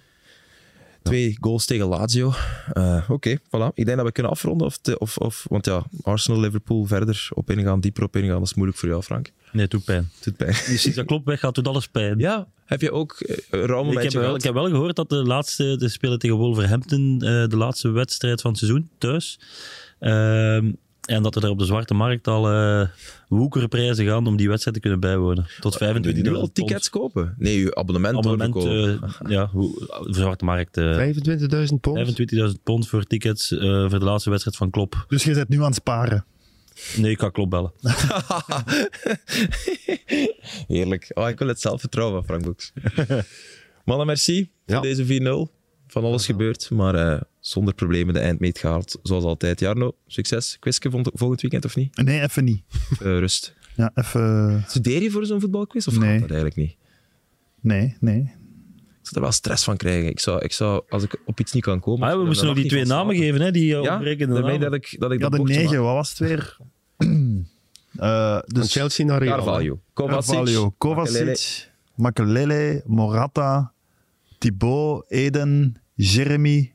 Speaker 1: Twee goals tegen Lazio. Eh, Oké, voilà. Ik denk dat we kunnen afronden. Of te- of, of, want ja, Arsenal, Liverpool verder op ingaan, dieper op ingaan, dat is moeilijk voor jou, Frank.
Speaker 4: nee, het doet pijn.
Speaker 1: Het doet pijn.
Speaker 4: Sinds dat klopt weggaat, doet alles pijn.
Speaker 1: Ja, heb je ook eh, een rauw
Speaker 4: ik,
Speaker 1: momentje
Speaker 4: heb wel,
Speaker 1: gehad?
Speaker 4: ik heb wel gehoord dat de laatste, de spelen tegen Wolverhampton, eh, de laatste wedstrijd van het seizoen, thuis. Ehm, en dat er daar op de zwarte markt al eh woekerprijzen gaan om die wedstrijd te kunnen bijwonen. Tot
Speaker 1: Kun je
Speaker 4: 25
Speaker 1: nu al tickets kopen? Nee, je abonnement,
Speaker 4: Abonnement,
Speaker 1: doorverkopen.
Speaker 4: eh, ja, hoe- de zwarte markt. eh,
Speaker 3: ik. 25.000 pond.
Speaker 4: 25.000 pond voor tickets eh, voor de laatste wedstrijd van Klop.
Speaker 2: Dus je bent nu aan het sparen.
Speaker 4: Nee, ik ga Klop bellen. eh.
Speaker 1: Heerlijk. Oh, ik wil het zelfvertrouwen van Frank Boeks. Mannen, merci
Speaker 3: Ja.
Speaker 1: voor deze 4-0. Van alles gebeurd, maar eh, zonder problemen de eindmeet gehaald, zoals altijd. Jarno, succes. Quizje vol- volgend weekend of niet?
Speaker 2: Nee, even niet.
Speaker 1: Eh, rust.
Speaker 2: Ja, even... eh,
Speaker 1: Studeer je voor zo'n voetbalquiz of
Speaker 2: Nee.
Speaker 1: gaat dat eigenlijk niet?
Speaker 2: Nee, nee.
Speaker 1: Ik zou er wel stress van krijgen. Ik zou, ik zou, als ik op iets niet kan komen...
Speaker 4: Ah,
Speaker 1: zou
Speaker 4: we
Speaker 1: ik
Speaker 4: moesten
Speaker 1: er
Speaker 4: nog die twee
Speaker 1: dan nacht
Speaker 4: namen
Speaker 1: niet van
Speaker 4: geven, hè, die
Speaker 1: slapen.
Speaker 4: eh, ontbrekende
Speaker 1: Ja, daarmee
Speaker 4: namen.
Speaker 1: dat ik dat, ik
Speaker 2: Ja,
Speaker 1: dat
Speaker 2: de
Speaker 1: bochtje
Speaker 2: negen, wat was het weer? Eh
Speaker 3: Van
Speaker 2: dus
Speaker 3: Chelsea naar
Speaker 1: maak.
Speaker 3: Real.
Speaker 1: Carvalho. Kovacic.
Speaker 2: Carvalho,
Speaker 1: Makelele.
Speaker 2: Kovacic, Makelele, Morata, Thibaut, Eden, Jeremy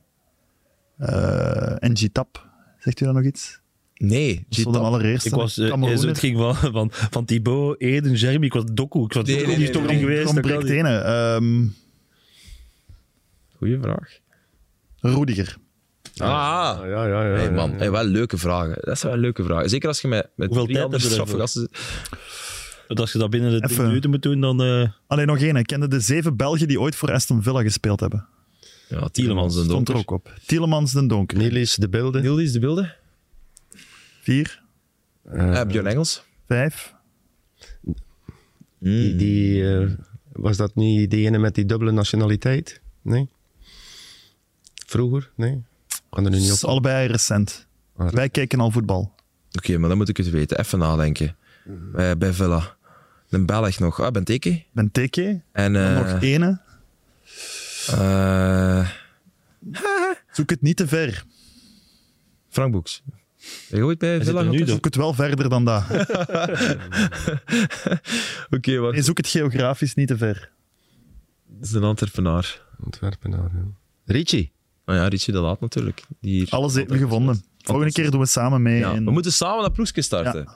Speaker 2: eh, en Gitap. Zegt u dat nog iets?
Speaker 1: Nee,
Speaker 2: Dat stond hem
Speaker 1: Gita-
Speaker 2: allereerst.
Speaker 4: Ik was, eh,
Speaker 2: Cameroener.
Speaker 4: zo het ging van, van, van Thibaut, Eden, Jeremy, ik was Doku. Ik was
Speaker 1: Nee,
Speaker 4: Doku
Speaker 1: nee,
Speaker 4: die is
Speaker 1: nee,
Speaker 4: toch
Speaker 1: nee.
Speaker 4: niet geweest.
Speaker 2: Tom
Speaker 4: dat kan
Speaker 2: breekt
Speaker 4: niet.
Speaker 2: ene. Ehm,
Speaker 1: Goeie vraag.
Speaker 2: Rudiger.
Speaker 1: Ah,
Speaker 3: Ja, ja, ja. ja,
Speaker 1: Hey man,
Speaker 3: ja.
Speaker 1: hey, wel leuke vragen. Dat zijn wel leuke vragen. Zeker als je met, met
Speaker 4: Hoeveel
Speaker 1: drie
Speaker 4: tijd
Speaker 1: andere
Speaker 4: hebben we
Speaker 1: straffe gasten zit.
Speaker 4: Want als je dat binnen de 10
Speaker 2: Even.
Speaker 4: minuten moet doen, dan... eh
Speaker 2: Alleen nog één. Ik kende de zeven Belgen die ooit voor Aston Villa gespeeld hebben.
Speaker 1: Ja, Tielemans en
Speaker 2: Stond er
Speaker 1: Donker.
Speaker 2: ook op. Tielemans den Donker.
Speaker 3: Niels de Beelden.
Speaker 1: Niels de beelden.
Speaker 2: Vier,
Speaker 1: Eh Björn Engels.
Speaker 2: vijf.
Speaker 3: Die, die, eh, was dat niet die ene met die dubbele nationaliteit? Nee? Vroeger? Nee? Kan er nu niet
Speaker 2: Dus
Speaker 3: op.
Speaker 2: allebei recent.
Speaker 3: Ah.
Speaker 2: Wij kijken al voetbal.
Speaker 1: Oké, maar dan moet ik het weten. Even nadenken. Eh, bij Villa. Een Belg nog. Ah, Benteke.
Speaker 2: Benteke,
Speaker 1: En
Speaker 2: nog
Speaker 1: eh
Speaker 2: ene.
Speaker 1: eh,
Speaker 2: Zoek het niet te ver.
Speaker 1: Frank Boeks. Ben je ooit bij
Speaker 4: zit
Speaker 1: Villa?
Speaker 4: er nu
Speaker 1: gehad?
Speaker 4: toch?
Speaker 2: Zoek het wel verder dan dat.
Speaker 1: Oké, wat?
Speaker 2: Nee, zoek het geografisch niet te ver.
Speaker 1: Dat is een Antwerpenaar.
Speaker 3: Antwerpen. nou, ja. Richie.
Speaker 1: Nou ja, Richie de Laat natuurlijk. Die hier-
Speaker 2: Alles hebben we gevonden. Volgende keer doen we samen mee.
Speaker 1: Ja,
Speaker 2: in-
Speaker 1: we moeten samen dat ploegje starten.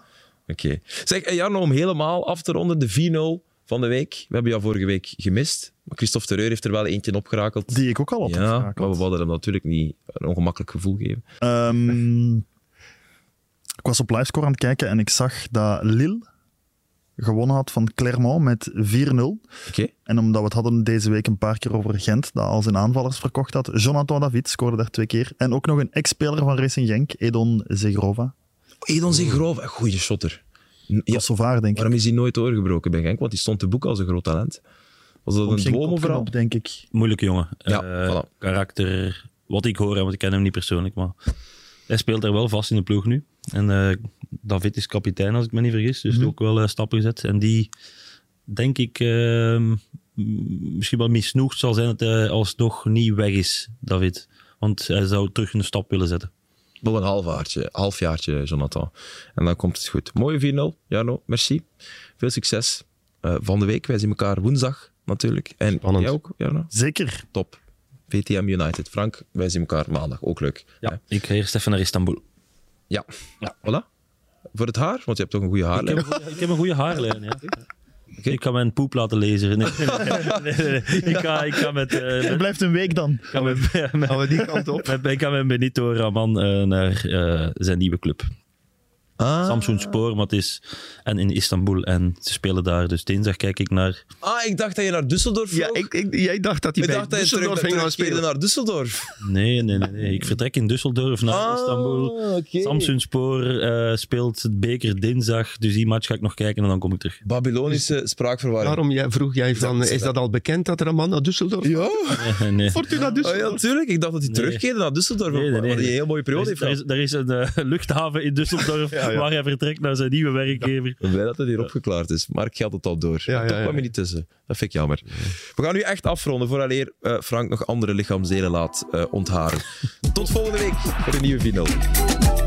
Speaker 1: Oké. Zeg, eh, Jarno, om helemaal af te ronden, de 4-0 van de week. We hebben jou vorige week gemist. Maar Christophe Terreur heeft er wel eentje opgerakeld.
Speaker 2: Die ik ook al op
Speaker 1: ja, maar we wilden hem natuurlijk niet een ongemakkelijk gevoel geven.
Speaker 2: Ehm, ik was op livescore aan het kijken en ik zag dat Lille gewonnen had van Clermont met 4-0.
Speaker 1: Oké?
Speaker 2: En omdat we het hadden deze week een paar keer over Gent, dat al zijn aanvallers verkocht had. Jonathan David scoorde daar twee keer. En ook nog een ex-speler van Racing Genk, Edon Zegrova.
Speaker 1: Edon Zingroof, een goede shotter. N- Ja,
Speaker 2: Kosovaar, denk ik.
Speaker 1: waarom is hij nooit doorgebroken bij Genk? Want die stond te boek als een groot talent. Was dat
Speaker 2: Komt
Speaker 1: een
Speaker 2: geen
Speaker 1: droom
Speaker 2: kop
Speaker 1: overal?
Speaker 2: op, denk ik.
Speaker 4: moeilijke jongen.
Speaker 1: Ja,
Speaker 4: Eh,
Speaker 1: voilà.
Speaker 4: Karakter, wat ik hoor, hè, want ik ken hem niet persoonlijk, maar hij speelt er wel vast in de ploeg nu. En eh, David is kapitein, als ik me niet vergis, dus ook wel eh, stappen gezet. En die, denk ik, eh, m- misschien wel misnoegd zal zijn dat hij alsnog niet weg is, David. Want hij zou terug een stap willen zetten.
Speaker 1: Nog een halfjaartje, halfjaartje, Jonathan. En dan komt het goed. Mooie 4-0, Jarno. Merci. Veel succes eh, van de week. Wij zien elkaar woensdag natuurlijk. En
Speaker 3: Spannend.
Speaker 1: jij ook, Jarno?
Speaker 2: Zeker.
Speaker 1: Top. VTM United. Frank, wij zien elkaar maandag. Ook leuk. Hè?
Speaker 4: Ja. Ik ga eerst even naar Istanbul.
Speaker 1: Ja. Voilà. Voor het haar, want je hebt toch een goede
Speaker 4: Ik heb,
Speaker 1: haarlijn.
Speaker 4: een goeie- ik heb een goede haarlijn, ja. Ik kan mijn poep laten lezen. Nee, nee, nee, nee, nee. Ik, ga, ik ga met, eh, met-
Speaker 2: Het blijft een week dan.
Speaker 4: ik ga met, met-
Speaker 3: Gaan we die kant op?
Speaker 4: Met- Ik ga met Benito Raman eh, naar eh, zijn nieuwe club.
Speaker 1: Ah.
Speaker 4: Samsung Spoor, maar het is en in Istanbul. En ze spelen daar. Dus dinsdag kijk ik naar.
Speaker 1: Ah, ik dacht dat je naar Düsseldorf vloog.
Speaker 3: Ja, ik, ik, jij dacht dat hij
Speaker 1: Ik
Speaker 3: bij
Speaker 1: dacht dat je terug,
Speaker 3: Düsseldorf ging gaan
Speaker 1: terugkeerde
Speaker 3: spelen.
Speaker 1: naar Düsseldorf.
Speaker 4: Nee, nee, nee. nee. Ik vertrek in Düsseldorf naar Istanbul.
Speaker 1: Ah, oké.
Speaker 4: Samsung Spoor eh, speelt het beker dinsdag. Dus die match ga ik nog kijken en dan kom ik terug.
Speaker 1: Babylonische spraakverwarring.
Speaker 3: Daarom jij, vroeg jij van, is dat al bekend dat er een man naar Düsseldorf
Speaker 1: Ja.
Speaker 4: Nee, nee.
Speaker 3: Fortuna
Speaker 1: Oh, ja,
Speaker 3: Düsseldorf.
Speaker 1: tuurlijk. Ik dacht dat hij
Speaker 4: Nee.
Speaker 1: terugkeerde naar Düsseldorf.
Speaker 4: Nee, nee,
Speaker 1: Wat
Speaker 4: nee.
Speaker 1: een heel mooie
Speaker 4: Er
Speaker 1: periode
Speaker 4: is,
Speaker 1: heeft
Speaker 4: er
Speaker 1: gehad.
Speaker 4: is, er is een eh, luchthaven in Düsseldorf
Speaker 3: ja.
Speaker 4: waar hij vertrekt naar zijn nieuwe werkgever.
Speaker 1: Ik ben blij dat het hier opgeklaard is. Maar ik geld het al door.
Speaker 3: Ja,
Speaker 1: Ja,
Speaker 3: ja,
Speaker 1: Toch
Speaker 3: ja.
Speaker 1: kwam je niet tussen. Dat vind ik jammer. We gaan nu echt afronden vooraleer eh Frank nog andere lichaamsdelen laat eh, ontharen. Tot volgende week voor een nieuwe final.